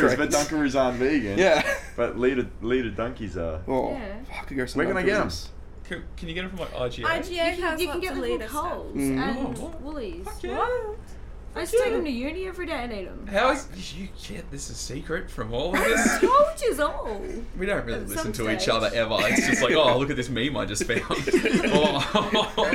Speaker 2: Dunkaroos,
Speaker 5: train.
Speaker 2: but Dunkaroos aren't vegan.
Speaker 5: yeah.
Speaker 2: But leader leader donkeys are.
Speaker 5: Oh,
Speaker 3: Yeah.
Speaker 5: fuck, I could go some
Speaker 2: Where can I get 'em?
Speaker 5: Dunkaroos.
Speaker 1: Can, can you get it from like IGA?
Speaker 4: IGA
Speaker 3: you can, you
Speaker 4: has
Speaker 3: can
Speaker 4: lots
Speaker 3: get
Speaker 4: of
Speaker 3: them
Speaker 4: leader
Speaker 3: from
Speaker 4: stuff.
Speaker 3: Coles
Speaker 5: Mm.
Speaker 3: and
Speaker 1: Oh, what?
Speaker 3: Woolies.
Speaker 1: Fuck yeah.
Speaker 3: I used to take
Speaker 1: yeah.
Speaker 3: them to uni every day and eat them.
Speaker 1: How is you get this a secret from all of this?
Speaker 3: Told you all.
Speaker 1: We don't really
Speaker 3: At
Speaker 1: listen
Speaker 3: some
Speaker 1: to each
Speaker 3: stage.
Speaker 1: other ever. It's just like, oh, look at this meme I just found. Oh.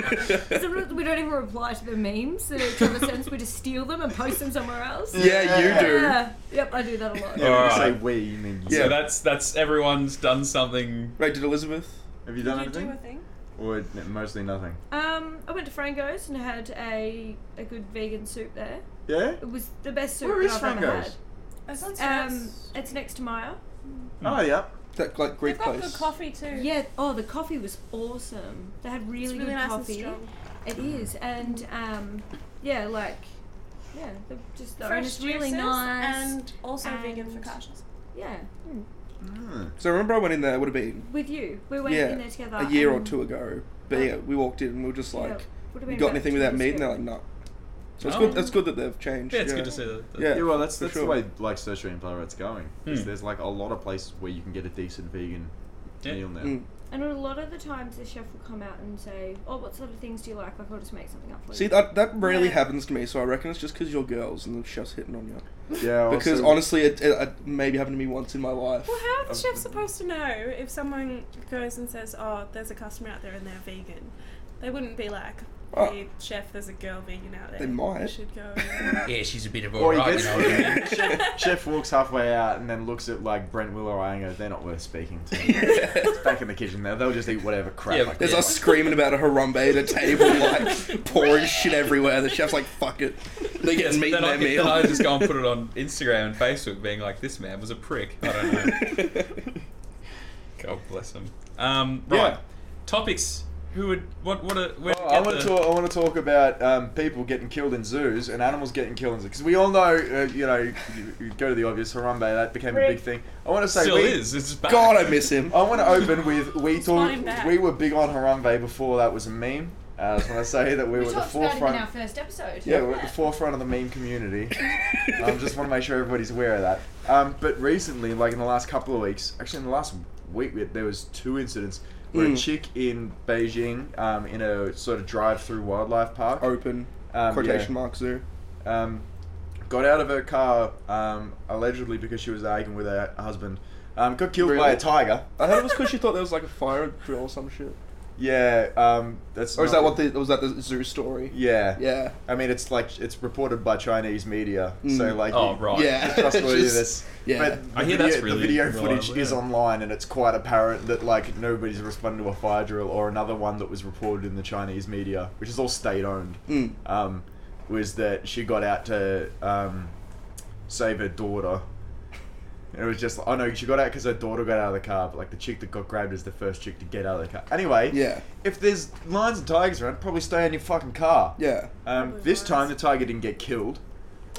Speaker 3: Sometimes we don't even reply to the memes that each other sends. We just steal them and post them somewhere else.
Speaker 5: Yeah, you do.
Speaker 3: Yeah. Yep, I do that a lot.
Speaker 2: Yeah, when you say
Speaker 1: Alright.
Speaker 2: we, you mean you.
Speaker 5: Yeah.
Speaker 1: So that's that's everyone's done something.
Speaker 5: Right, did Elizabeth?
Speaker 2: Have you done
Speaker 4: Did you
Speaker 2: anything?
Speaker 4: do a thing?
Speaker 2: or n- mostly nothing?
Speaker 3: Um, I went to Frango's and had a a good vegan soup there.
Speaker 2: Yeah.
Speaker 3: It was the best soup
Speaker 2: Where
Speaker 3: that
Speaker 2: is
Speaker 3: I've ever
Speaker 2: Frango's?
Speaker 4: That sounds
Speaker 3: had. Um,
Speaker 4: nice.
Speaker 3: it's next to Maya.
Speaker 1: Hmm.
Speaker 2: Oh yeah.
Speaker 5: That like Greek
Speaker 4: They've got
Speaker 5: place.
Speaker 4: good coffee too.
Speaker 3: Yeah. Oh, the coffee was awesome. They had really,
Speaker 4: It's really
Speaker 3: good
Speaker 4: nice
Speaker 3: coffee.
Speaker 4: and strong.
Speaker 3: It is, and um, yeah, like yeah, the, just the
Speaker 4: Fresh
Speaker 3: it's really
Speaker 4: juices
Speaker 3: nice.
Speaker 4: and also vegan for
Speaker 3: and-
Speaker 4: cautious.
Speaker 3: yeah,
Speaker 2: Mm.
Speaker 5: So I remember I went in there. It would have been
Speaker 3: with you, we went
Speaker 5: Yeah,
Speaker 3: in there together
Speaker 5: a year or
Speaker 4: Um,
Speaker 3: and-
Speaker 5: two ago. But yeah, we walked in and we were just
Speaker 3: yeah,
Speaker 5: like,
Speaker 3: would've
Speaker 5: you
Speaker 3: been
Speaker 5: got
Speaker 3: about
Speaker 5: anything
Speaker 3: two
Speaker 5: without
Speaker 3: years
Speaker 5: meat? And they're
Speaker 3: ago.
Speaker 5: like, no. So it's
Speaker 1: Oh.
Speaker 5: good. That's good that they've changed.
Speaker 1: Yeah, it's good to see that. that-
Speaker 5: Yeah.
Speaker 2: Yeah. well, that's
Speaker 5: for
Speaker 2: that's
Speaker 5: sure.
Speaker 2: the way like social enterprisement's going. is
Speaker 1: Hmm.
Speaker 2: There's like a lot of places where you can get a decent vegan
Speaker 1: Yeah.
Speaker 2: meal now.
Speaker 5: Mm.
Speaker 3: And a lot of the times, the chef will come out and say, "Oh, what sort of things do you like? Like, I'll just make something up for you."
Speaker 5: See that that rarely
Speaker 4: Yeah.
Speaker 5: happens to me, so I reckon it's just because you're girls and the chef's hitting on you.
Speaker 2: Yeah. also-
Speaker 5: Because honestly, it, it, it maybe happened to me once in my life.
Speaker 4: Well, how are
Speaker 2: Um,
Speaker 4: the
Speaker 5: Oh,
Speaker 4: chefs supposed to know if someone goes and says, "Oh, there's a customer out there and they're vegan"? They wouldn't be like,
Speaker 5: Oh.
Speaker 4: "Hey, chef, there's a girl vegan out there."
Speaker 5: They might.
Speaker 4: You should go."
Speaker 1: Yeah, she's a bit of a
Speaker 2: Or he
Speaker 1: right,
Speaker 2: gets
Speaker 1: you know what I mean?
Speaker 2: chef, chef walks halfway out and then looks at like Brent Willowango. They're not worth speaking to. it's back in the kitchen now. They'll just eat whatever crap.
Speaker 1: Yeah,
Speaker 2: I can
Speaker 5: There's
Speaker 1: yeah.
Speaker 5: us screaming about a harambe at a table, like pouring shit everywhere. The chef's like, "Fuck it," they get meat in
Speaker 1: then, I,
Speaker 5: their
Speaker 1: get-
Speaker 5: meal.
Speaker 1: then I just go and put it on Instagram and Facebook, being like, "This man was a prick." I don't know. God bless him. Um,
Speaker 2: Yeah.
Speaker 1: right. Topics. Who would? What? What? A, where
Speaker 5: Oh,
Speaker 2: Well, Oh, I want to talk. I want to talk about um, people getting killed in zoos and animals getting killed in zoos because we all know, uh, you know, you, you go to the obvious Harambe. That became a big thing. I want to say
Speaker 1: Still
Speaker 2: we,
Speaker 1: is. It's back.
Speaker 5: God, I miss him.
Speaker 2: I want to open with we
Speaker 4: fine
Speaker 2: talked.
Speaker 4: back.
Speaker 2: We were big on Harambe before that was a meme. Uh, I just want to say that we,
Speaker 3: we
Speaker 2: were at the
Speaker 3: talked about it in
Speaker 2: forefront.
Speaker 3: our first episode.
Speaker 2: Yeah, we're at the forefront of the meme community. I um, just want to make sure everybody's aware of that. Um, but recently, like in the last couple of weeks, actually in the last week, we- there was two incidents where a
Speaker 5: Mm.
Speaker 2: chick in Beijing, um, in a sort of drive-through wildlife park,
Speaker 5: Open
Speaker 2: um,
Speaker 5: Oh, quotation
Speaker 2: yeah,
Speaker 5: mark zoo.
Speaker 2: um, got out of her car um, allegedly because she was arguing with her husband. Um, got killed by
Speaker 5: Really?
Speaker 2: a tiger.
Speaker 5: I heard it was because she thought there was like a fire drill or some shit.
Speaker 2: Yeah, um, that's.
Speaker 5: Or is
Speaker 2: not-
Speaker 5: that what the was that the zoo story?
Speaker 2: Yeah.
Speaker 5: Yeah,
Speaker 2: I mean, it's like it's reported by Chinese media, so
Speaker 5: Mm.
Speaker 2: like.
Speaker 1: Oh
Speaker 2: you-
Speaker 1: right.
Speaker 5: yeah.
Speaker 2: It's trustworthiness.
Speaker 5: Just- yeah.
Speaker 2: But
Speaker 1: I hear
Speaker 2: the video,
Speaker 1: that's
Speaker 2: the
Speaker 1: really
Speaker 2: video
Speaker 1: reliable,
Speaker 2: footage is
Speaker 1: yeah.
Speaker 2: online, and it's quite apparent that like nobody's responded to a fire drill or another one that was reported in the Chinese media, which is all state owned.
Speaker 5: Mm.
Speaker 2: Um, was that she got out to um, save her daughter? It was just oh no, she got out because her daughter got out of the car, but like the chick that got grabbed is the first chick to get out of the car. Anyway,
Speaker 5: yeah,
Speaker 2: if there's lions and tigers around, probably stay in your fucking car.
Speaker 5: yeah.
Speaker 2: Um,
Speaker 4: Probably
Speaker 2: this time
Speaker 4: lions.
Speaker 2: the tiger didn't get killed.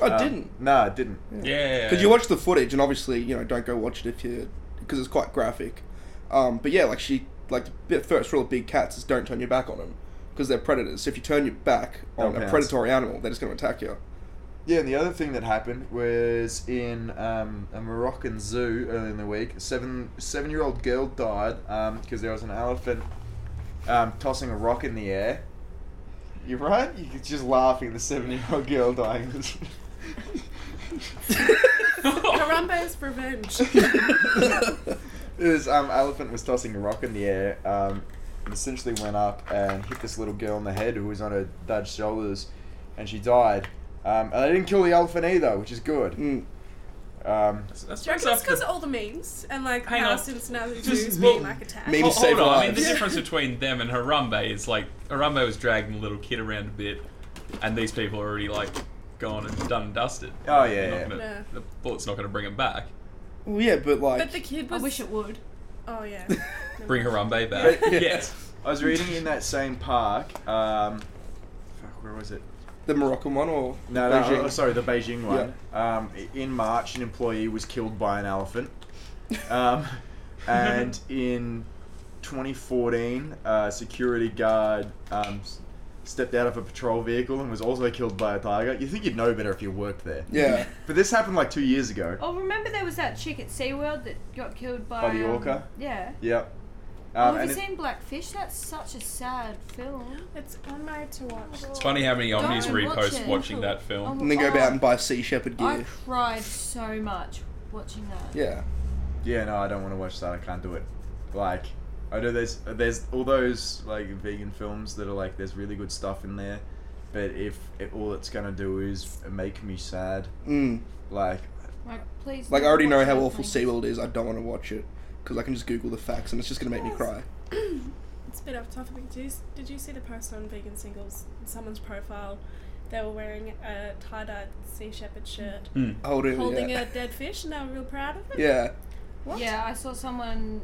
Speaker 5: I
Speaker 2: Um,
Speaker 5: Oh, didn't.
Speaker 2: Nah, it didn't.
Speaker 1: Yeah.
Speaker 5: Because you watch the footage, and obviously, you know, don't go watch it if you, because it's quite graphic. Um, but yeah, like she, like the bit- first rule of big cats is don't turn your back on them because they're predators. So if you turn your back
Speaker 2: They'll
Speaker 5: on a
Speaker 2: pounce.
Speaker 5: predatory animal, they're just going to attack you.
Speaker 2: Yeah, and the other thing that happened was in um, a Moroccan zoo early in the week. A seven seven year old girl died because there was an elephant um, tossing a rock in the air. You're right. You're just laughing at the seven year old girl dying.
Speaker 4: Harambe's revenge.
Speaker 2: this um, elephant was tossing a rock in the air um, and essentially went up and hit this little girl in the head who was on her dad's shoulders, and she died. Um, and they didn't kill the elephant either, which is good.
Speaker 5: Mm.
Speaker 2: Um,
Speaker 1: That's- that's
Speaker 4: Do you
Speaker 1: what's
Speaker 4: reckon
Speaker 1: up
Speaker 4: it's because
Speaker 1: to-
Speaker 4: all the memes and like
Speaker 1: Hang
Speaker 4: now
Speaker 1: on.
Speaker 4: since now the
Speaker 1: Just
Speaker 4: zoo's
Speaker 1: me-
Speaker 4: being like attacked?
Speaker 5: me-
Speaker 1: Hold,
Speaker 5: Memes save
Speaker 1: hold on. I mean, the
Speaker 5: lives.
Speaker 1: difference between them and Harambe is like Harambe was dragging the little kid around a bit. and these people are already like gone and done and dusted.
Speaker 2: Oh, yeah,
Speaker 1: They're not
Speaker 2: yeah.
Speaker 1: gonna-
Speaker 4: Yeah.
Speaker 1: The bullet's not going to bring them back.
Speaker 5: Well, yeah, but like,
Speaker 4: But the kid
Speaker 3: I
Speaker 4: was.
Speaker 3: wish it would.
Speaker 4: Oh yeah.
Speaker 1: Bring Harambe back.
Speaker 2: Yeah.
Speaker 1: Yes.
Speaker 2: I was reading in that same park. Um, fuck, where was it?
Speaker 5: the Moroccan one or
Speaker 2: No, no,
Speaker 5: Beijing?
Speaker 2: oh, sorry, the Beijing one. Um, i- in March, an employee was killed by an elephant. Um, and in 2014, a security guard um, s- stepped out of a patrol vehicle and was also killed by a tiger. You think you'd know better if you worked there.
Speaker 5: Yeah,
Speaker 2: But this happened like two years ago.
Speaker 3: Oh, remember there was that chick at SeaWorld that got killed by,
Speaker 2: By the
Speaker 3: um,
Speaker 2: orca?
Speaker 3: yeah.
Speaker 2: Yep.
Speaker 3: Oh,
Speaker 2: Um,
Speaker 3: have
Speaker 2: and
Speaker 3: you
Speaker 2: it-
Speaker 3: seen Blackfish? That's such a sad film.
Speaker 4: It's on my to watch.
Speaker 1: It's funny how many omnis
Speaker 3: Don't watch
Speaker 1: repost
Speaker 3: it.
Speaker 1: watching that film.
Speaker 3: Oh,
Speaker 5: and then go out and buy sea shepherd gear.
Speaker 3: I cried so much watching that.
Speaker 5: yeah,
Speaker 2: Yeah, no, I don't want to watch that. I can't do it. Like, I know there's there's all those like vegan films that are like there's really good stuff in there, but if it, all it's gonna do is make me sad,
Speaker 5: mm.
Speaker 2: like
Speaker 3: Like, please.
Speaker 5: like I
Speaker 3: don't
Speaker 5: already know
Speaker 3: watch
Speaker 5: how
Speaker 3: that
Speaker 5: awful
Speaker 3: thing.
Speaker 5: SeaWorld is. I don't want to watch it because I can just Google the facts and it's just gonna make me cry.
Speaker 4: It's a bit off topic. Did you, s- did you see the post on vegan singles? Someone's profile. They were wearing a tie-dyed sea shepherd shirt,
Speaker 1: Hmm.
Speaker 5: Oh, dude,
Speaker 4: holding
Speaker 5: yeah.
Speaker 4: a dead fish, and they were real proud of it.
Speaker 5: yeah,
Speaker 4: What?
Speaker 3: Yeah, I saw someone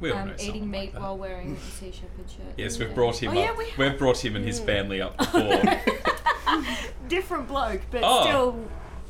Speaker 1: We all
Speaker 3: um,
Speaker 1: know someone
Speaker 3: eating
Speaker 1: like
Speaker 3: meat
Speaker 1: that.
Speaker 3: while wearing a sea shepherd shirt.
Speaker 1: Yes,
Speaker 3: Yeah.
Speaker 1: we've brought him
Speaker 3: oh,
Speaker 1: up.
Speaker 3: Yeah, we
Speaker 1: have brought him and his family up before.
Speaker 3: have. Different bloke, but
Speaker 1: Oh.
Speaker 3: still.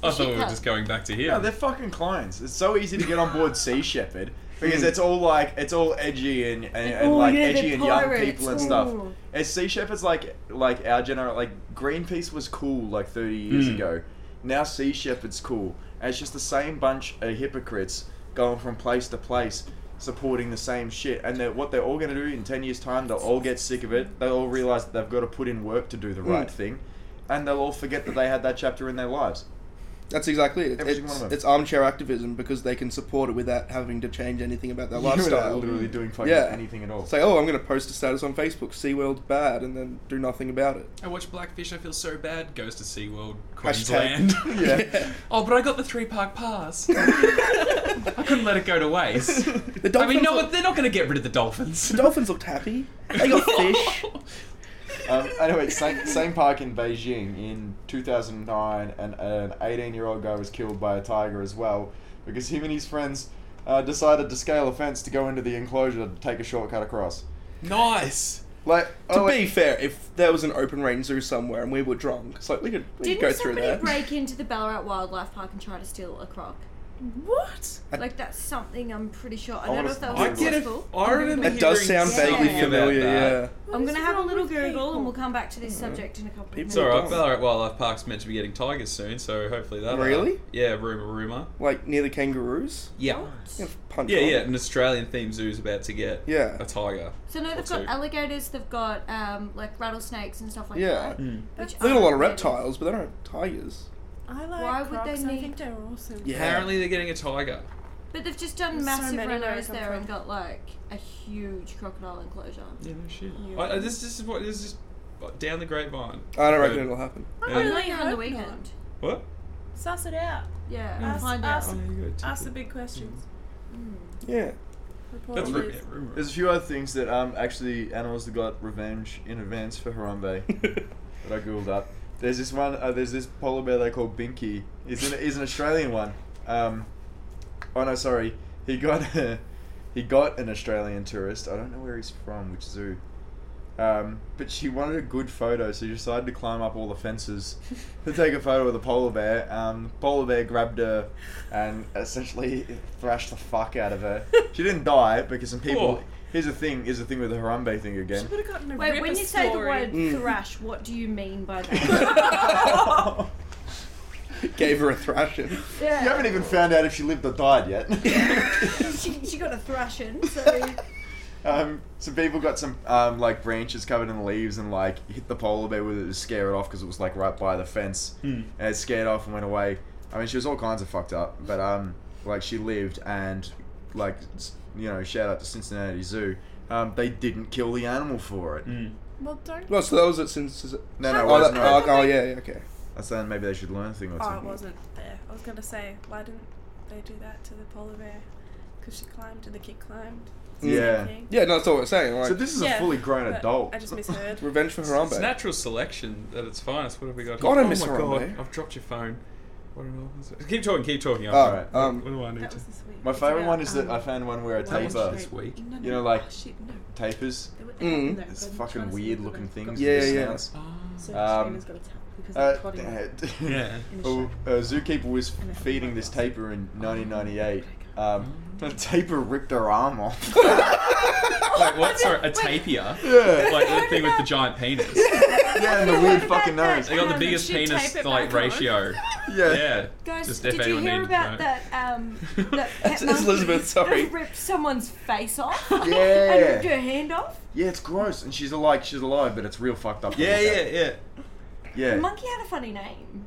Speaker 1: I thought we were
Speaker 3: Shit.
Speaker 1: just going back to
Speaker 2: yeah,
Speaker 1: here.
Speaker 2: they're fucking clients. It's so easy to get on board Sea Shepherd because it's all like it's all edgy and and, and
Speaker 3: Ooh,
Speaker 2: like
Speaker 3: yeah,
Speaker 2: edgy
Speaker 3: they're
Speaker 2: and young
Speaker 3: pirates.
Speaker 2: people and stuff.
Speaker 3: Ooh.
Speaker 2: And Sea Shepherd's like like our general like Greenpeace was cool like thirty years
Speaker 1: Mm.
Speaker 2: ago. Now Sea Shepherd's cool. And it's just the same bunch of hypocrites going from place to place supporting the same shit. And they're, what they're all gonna do in ten years time, they'll all get sick of it. They'll all realise that they've got to put in work to do the right thing. And they'll all forget that they had that chapter in their lives.
Speaker 5: that's exactly it.
Speaker 2: Every single
Speaker 5: It's,
Speaker 2: one of them.
Speaker 5: it's armchair activism because they can support it without having to change anything about their
Speaker 2: Without
Speaker 5: lifestyle.
Speaker 2: literally doing fucking
Speaker 5: Yeah.
Speaker 2: anything at all.
Speaker 5: It's like, oh, I'm going to post a status on Facebook, SeaWorld bad, and then do nothing about it.
Speaker 1: I watch Blackfish, I feel so bad. Goes to SeaWorld, Queensland.
Speaker 5: Yeah.
Speaker 1: oh, but I got the three park pass. I couldn't let it go to waste.
Speaker 5: The dolphins,
Speaker 1: I mean, no,
Speaker 5: look-
Speaker 1: they're not going to get rid of the dolphins.
Speaker 5: the dolphins looked happy. They got fish.
Speaker 2: Um, anyway, same, same park in Beijing in 2009, and an 18 year old guy was killed by a tiger as well because him and his friends uh, decided to scale a fence to go into the enclosure to take a shortcut across.
Speaker 1: nice.
Speaker 2: Like,
Speaker 5: to
Speaker 2: oh,
Speaker 5: be fair, if there was an open range zoo somewhere and we were drunk, it's like, we could, we could
Speaker 3: Didn't
Speaker 5: go through
Speaker 3: somebody
Speaker 5: there.
Speaker 3: break into the Ballarat Wildlife Park and try to steal a croc?
Speaker 4: What?
Speaker 5: I-
Speaker 3: Like that's something I'm pretty sure. I
Speaker 2: I
Speaker 3: don't know
Speaker 2: wanna-
Speaker 3: if that was
Speaker 2: I
Speaker 1: I
Speaker 2: It
Speaker 1: get it.
Speaker 3: successful.
Speaker 1: I remember
Speaker 5: That does
Speaker 1: hearing
Speaker 5: sound
Speaker 3: Yeah.
Speaker 5: vaguely
Speaker 1: something about
Speaker 5: familiar,
Speaker 1: that.
Speaker 5: yeah.
Speaker 4: What
Speaker 3: I'm
Speaker 4: is
Speaker 3: gonna have a
Speaker 4: wrong
Speaker 3: little
Speaker 4: with
Speaker 3: Google
Speaker 4: people?
Speaker 3: and we'll come back to this subject in a couple of minutes.
Speaker 5: People
Speaker 1: It's alright,
Speaker 5: Dolphins.
Speaker 1: Ballarat Wildlife Park's meant to be getting tigers soon, so hopefully that.
Speaker 5: Really?
Speaker 1: yeah, rumour, rumour.
Speaker 5: Like, near the kangaroos?
Speaker 1: Yeah.
Speaker 5: Yeah, punch
Speaker 1: Yeah,
Speaker 5: on.
Speaker 1: yeah, an Australian themed zoo's about to get
Speaker 5: Yeah.
Speaker 1: a tiger.
Speaker 3: So no, they've
Speaker 1: Also-
Speaker 3: got alligators, they've got um, like rattlesnakes and stuff like
Speaker 5: Yeah.
Speaker 3: that.
Speaker 1: Mm.
Speaker 3: Which
Speaker 5: They got a lot
Speaker 3: aren't
Speaker 5: of reptiles, but they don't have tigers.
Speaker 4: I like
Speaker 3: Why would they
Speaker 4: crocs. I
Speaker 3: need-
Speaker 4: think they're awesome.
Speaker 5: Yeah.
Speaker 1: Apparently, they're getting a tiger.
Speaker 3: But they've just
Speaker 4: There's
Speaker 3: done
Speaker 4: so
Speaker 3: massive
Speaker 4: many where they
Speaker 3: renos
Speaker 4: come
Speaker 3: there
Speaker 4: from.
Speaker 3: and got like a huge crocodile enclosure.
Speaker 1: Yeah, no shit.
Speaker 3: Yeah.
Speaker 1: I, I, this, this is what this is down the grapevine.
Speaker 5: I don't reckon
Speaker 1: Right.
Speaker 5: it'll happen.
Speaker 4: I
Speaker 1: Yeah.
Speaker 3: Probably
Speaker 4: really
Speaker 3: later on the
Speaker 4: hope not.
Speaker 3: weekend.
Speaker 1: What?
Speaker 4: Suss it out.
Speaker 3: Yeah,
Speaker 1: Yeah.
Speaker 3: and
Speaker 4: Ask-
Speaker 3: find
Speaker 1: Oh,
Speaker 4: ask-
Speaker 3: out. Mm.
Speaker 1: yeah, you got a
Speaker 4: Ask the
Speaker 1: ticket.
Speaker 4: big questions.
Speaker 5: Yeah.
Speaker 4: Report
Speaker 1: That's
Speaker 4: on
Speaker 1: ru-
Speaker 4: this.
Speaker 1: yeah, rumour.
Speaker 2: There's a few other things that um, actually animals that got revenge in advance for Harambe that I googled up. There's this one. Uh, there's this polar bear they call Binky. He's an, he's an Australian one. Um, oh no, sorry. He got he got an Australian tourist. I don't know where he's from, which zoo. Um, but she wanted a good photo, so she decided to climb up all the fences to take a photo of the polar bear. Um, polar bear grabbed her and essentially thrashed the fuck out of her. She didn't die because some people.
Speaker 1: Oh.
Speaker 2: Here's the thing. Here's the thing with the Harambe thing again.
Speaker 4: She would have gotten a
Speaker 3: Wait,
Speaker 4: ripper
Speaker 3: when you say the
Speaker 4: story.
Speaker 3: word
Speaker 5: Mm.
Speaker 3: thrash, what do you mean by that?
Speaker 5: Gave her a thrashing.
Speaker 3: yeah.
Speaker 2: You haven't even found out if she lived or died yet.
Speaker 3: she, she got a thrashing, so
Speaker 2: um, some people got some um, like branches covered in leaves and like hit the polar bear with it to scare it off because it was like right by the fence.
Speaker 1: Hmm.
Speaker 2: And it scared off and went away. I mean, she was all kinds of fucked up, but um, like she lived and like s- you know, shout out to Cincinnati Zoo. Um, they didn't kill the animal for it.
Speaker 1: Mm.
Speaker 4: Well, don't.
Speaker 5: Well, so that was it since. is it-
Speaker 2: No, no, it
Speaker 4: Oh,
Speaker 5: Oh,
Speaker 2: wasn't.
Speaker 5: that, oh,
Speaker 2: her.
Speaker 5: oh, yeah, yeah, okay.
Speaker 2: I was saying maybe they should learn a thing or two.
Speaker 4: Oh, it wasn't there. I was gonna say, why didn't they do that to the polar bear? because she climbed and the kid climbed.
Speaker 2: Yeah.
Speaker 4: Thing.
Speaker 5: Yeah, no, that's all we're saying. Like,
Speaker 2: So this is
Speaker 4: Yeah,
Speaker 2: a fully grown
Speaker 4: but
Speaker 2: adult.
Speaker 4: I just misheard.
Speaker 5: revenge for
Speaker 1: It's
Speaker 5: Harambe.
Speaker 1: natural selection at its finest. What have we got?
Speaker 5: God, I
Speaker 1: here?
Speaker 5: miss
Speaker 1: oh my god!
Speaker 5: Harambe.
Speaker 1: I've dropped your phone. What an awful- Keep talking. Keep talking.
Speaker 5: Oh,
Speaker 1: Alright, what-
Speaker 5: um,
Speaker 1: what do I need
Speaker 4: that
Speaker 1: to?
Speaker 4: was this week.
Speaker 2: My
Speaker 4: It's
Speaker 2: favourite
Speaker 4: about,
Speaker 2: one is that
Speaker 4: um,
Speaker 2: I found one where a
Speaker 1: That was
Speaker 2: taper
Speaker 1: this week.
Speaker 3: No, no,
Speaker 2: You know, like-
Speaker 3: oh, shit, no.
Speaker 2: tapers.
Speaker 3: They were-
Speaker 5: Mm.
Speaker 3: no,
Speaker 2: It's
Speaker 3: God,
Speaker 2: fucking
Speaker 3: trying to
Speaker 2: weird
Speaker 3: see
Speaker 2: looking
Speaker 3: God.
Speaker 2: things.
Speaker 5: Yeah,
Speaker 2: with
Speaker 5: yeah.
Speaker 2: sounds.
Speaker 1: Oh, Ah.
Speaker 3: So
Speaker 2: Um,
Speaker 3: Shayna's got a tap because
Speaker 2: Uh,
Speaker 3: they're plotting it.
Speaker 1: Yeah.
Speaker 3: in a
Speaker 2: Oh,
Speaker 3: shack.
Speaker 2: a zookeeper was feeding this taper in 1998. Um, the taper ripped her arm off.
Speaker 1: Wait, what? Sorry, a tapir.
Speaker 2: yeah,
Speaker 1: Like the thing with the giant penis.
Speaker 2: yeah, and the weird fucking nose.
Speaker 1: They got the
Speaker 4: Um,
Speaker 1: biggest
Speaker 4: should tape
Speaker 1: penis
Speaker 4: it
Speaker 1: like
Speaker 4: back on.
Speaker 1: ratio.
Speaker 2: Yeah.
Speaker 1: Yeah.
Speaker 3: Guys,
Speaker 1: Just if
Speaker 3: did you
Speaker 1: anyone
Speaker 3: hear
Speaker 1: needed to
Speaker 3: about
Speaker 1: know.
Speaker 3: that? Um, that
Speaker 5: That's-
Speaker 3: pet
Speaker 5: that's
Speaker 3: monkey
Speaker 5: Elizabeth, sorry.
Speaker 3: that ripped someone's face off. and
Speaker 2: Yeah.
Speaker 3: ripped her hand off.
Speaker 2: Yeah, it's gross. And she's like, she's alive, but it's real fucked up. to
Speaker 1: Yeah,
Speaker 2: look
Speaker 1: yeah,
Speaker 2: at.
Speaker 1: yeah.
Speaker 2: yeah.
Speaker 3: The monkey had a funny name.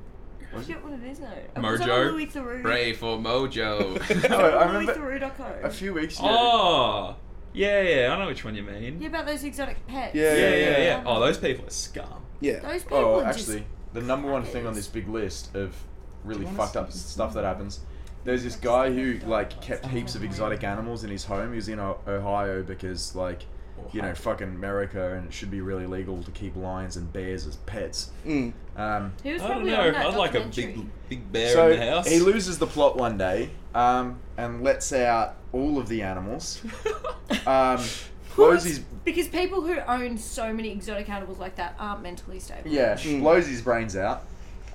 Speaker 3: I
Speaker 2: Was
Speaker 3: forget what it is now. It was on
Speaker 1: Mojo.
Speaker 3: Louis Theroux.
Speaker 1: Pray for
Speaker 2: Oh,
Speaker 1: Mojo.
Speaker 2: I
Speaker 3: Louis
Speaker 2: remember
Speaker 3: Theroux dot co.
Speaker 2: a few weeks ago.
Speaker 1: oh, yeah, yeah. I know which one you mean.
Speaker 3: Yeah, about those exotic pets.
Speaker 5: Yeah,
Speaker 1: yeah, yeah, yeah.
Speaker 3: yeah.
Speaker 1: Oh, those people are scum.
Speaker 5: yeah.
Speaker 3: Those people
Speaker 2: Oh,
Speaker 3: are
Speaker 2: actually, the number one thing on this big list of really
Speaker 1: Do you wanna
Speaker 2: fucked up
Speaker 1: see-
Speaker 2: stuff that happens. There's this guy who like kept heaps of exotic animals in his home. He was in O- Ohio because like, you know, fucking America, and it should be really legal to keep lions and bears as pets.
Speaker 5: Mm.
Speaker 2: Um,
Speaker 3: Just, he was
Speaker 1: I don't
Speaker 3: probably
Speaker 1: know.
Speaker 3: on that
Speaker 1: I'd like a big,
Speaker 3: documentary.
Speaker 1: big bear
Speaker 2: so
Speaker 1: in the house.
Speaker 2: he loses the plot one day um, and lets out all of the animals. Um, blows his
Speaker 3: Because people who own so many exotic animals like that aren't mentally stable.
Speaker 2: Yeah,
Speaker 5: Mm.
Speaker 2: blows his brains out.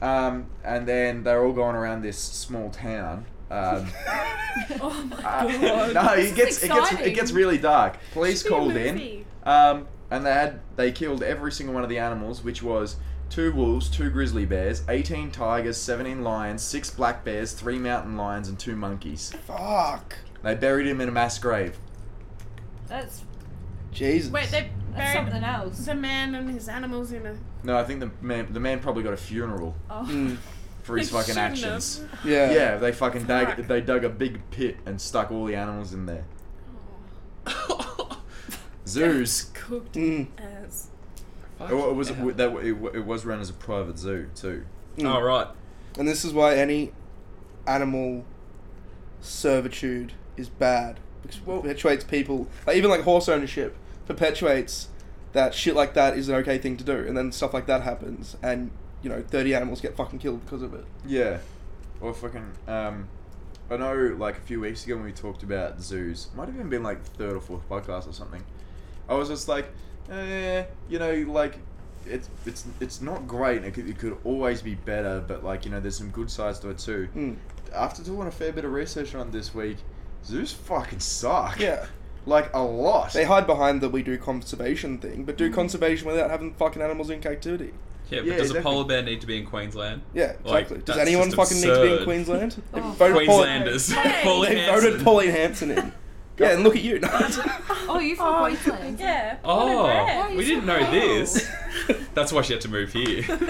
Speaker 2: Um, and then they're all going around this small town. Um,
Speaker 5: Mm.
Speaker 3: Oh my
Speaker 2: uh,
Speaker 3: god.
Speaker 2: no, it
Speaker 3: This
Speaker 2: gets
Speaker 3: is
Speaker 2: it gets it
Speaker 3: exciting.
Speaker 2: gets really dark. Police
Speaker 4: Should be a
Speaker 2: called in,
Speaker 4: movie.
Speaker 2: um, and they had they killed every single one of the animals, which was two wolves, two grizzly bears, eighteen tigers, seventeen lions, six black bears, three mountain lions, and two monkeys.
Speaker 5: Fuck.
Speaker 2: They buried him in a mass grave.
Speaker 3: That's,
Speaker 5: Jesus.
Speaker 4: Wait, they
Speaker 3: that's
Speaker 4: buried
Speaker 3: something else.
Speaker 4: the man and his animals in a.
Speaker 2: No, I think the man the man probably got a funeral
Speaker 3: Oh.
Speaker 5: Mm.
Speaker 2: for his
Speaker 4: They
Speaker 2: fucking
Speaker 4: shouldn't have.
Speaker 2: actions.
Speaker 5: Yeah.
Speaker 2: Yeah, they fucking dug,
Speaker 4: Fuck.
Speaker 2: they dug a big pit and stuck all the animals in there. Zoos.
Speaker 4: Cooked
Speaker 5: Mm.
Speaker 4: as.
Speaker 2: It wa- it was it, that, it, wa- it was run as a private zoo too.
Speaker 5: Mm.
Speaker 1: Oh right.
Speaker 5: And this is why any animal servitude is bad because it
Speaker 2: Well-
Speaker 5: perpetuates people. Like even like horse ownership perpetuates that shit like that is an okay thing to do, and then stuff like that happens, and you know, thirty animals get fucking killed because of it.
Speaker 2: Yeah. Or fucking. Um, I know, like a few weeks ago when we talked about zoos, might have even been like third or fourth podcast or something. I was just like, eh, you know, like it's it's it's not great. It could, it could always be better, but like you know, there's some good sides to it too.
Speaker 5: Mm.
Speaker 2: After doing a fair bit of research on it this week, zoos fucking suck.
Speaker 5: Yeah,
Speaker 2: Like a lot.
Speaker 5: they hide behind the we do conservation thing, but do conservation without having fucking animals in captivity.
Speaker 1: Yeah, but
Speaker 2: Yeah,
Speaker 1: does a
Speaker 2: exactly.
Speaker 1: polar bear need to be in Queensland?
Speaker 5: Yeah,
Speaker 1: Like,
Speaker 5: exactly. Does
Speaker 1: that's
Speaker 5: anyone
Speaker 1: just
Speaker 5: fucking need to be in
Speaker 1: absurd.
Speaker 5: Queensland? They
Speaker 3: Oh.
Speaker 5: voted Paul-
Speaker 1: Queenslanders.
Speaker 4: Hey!
Speaker 1: Paul
Speaker 5: They
Speaker 1: Hanson.
Speaker 5: voted Pauline Hampson in. Yeah, and look at you.
Speaker 3: Oh, you from Queensland?
Speaker 4: Yeah.
Speaker 1: Oh,
Speaker 4: What
Speaker 3: Why are
Speaker 1: we
Speaker 3: you
Speaker 1: didn't
Speaker 3: so
Speaker 1: know this.
Speaker 5: No.
Speaker 1: That's why she had to move here. oh,
Speaker 3: I went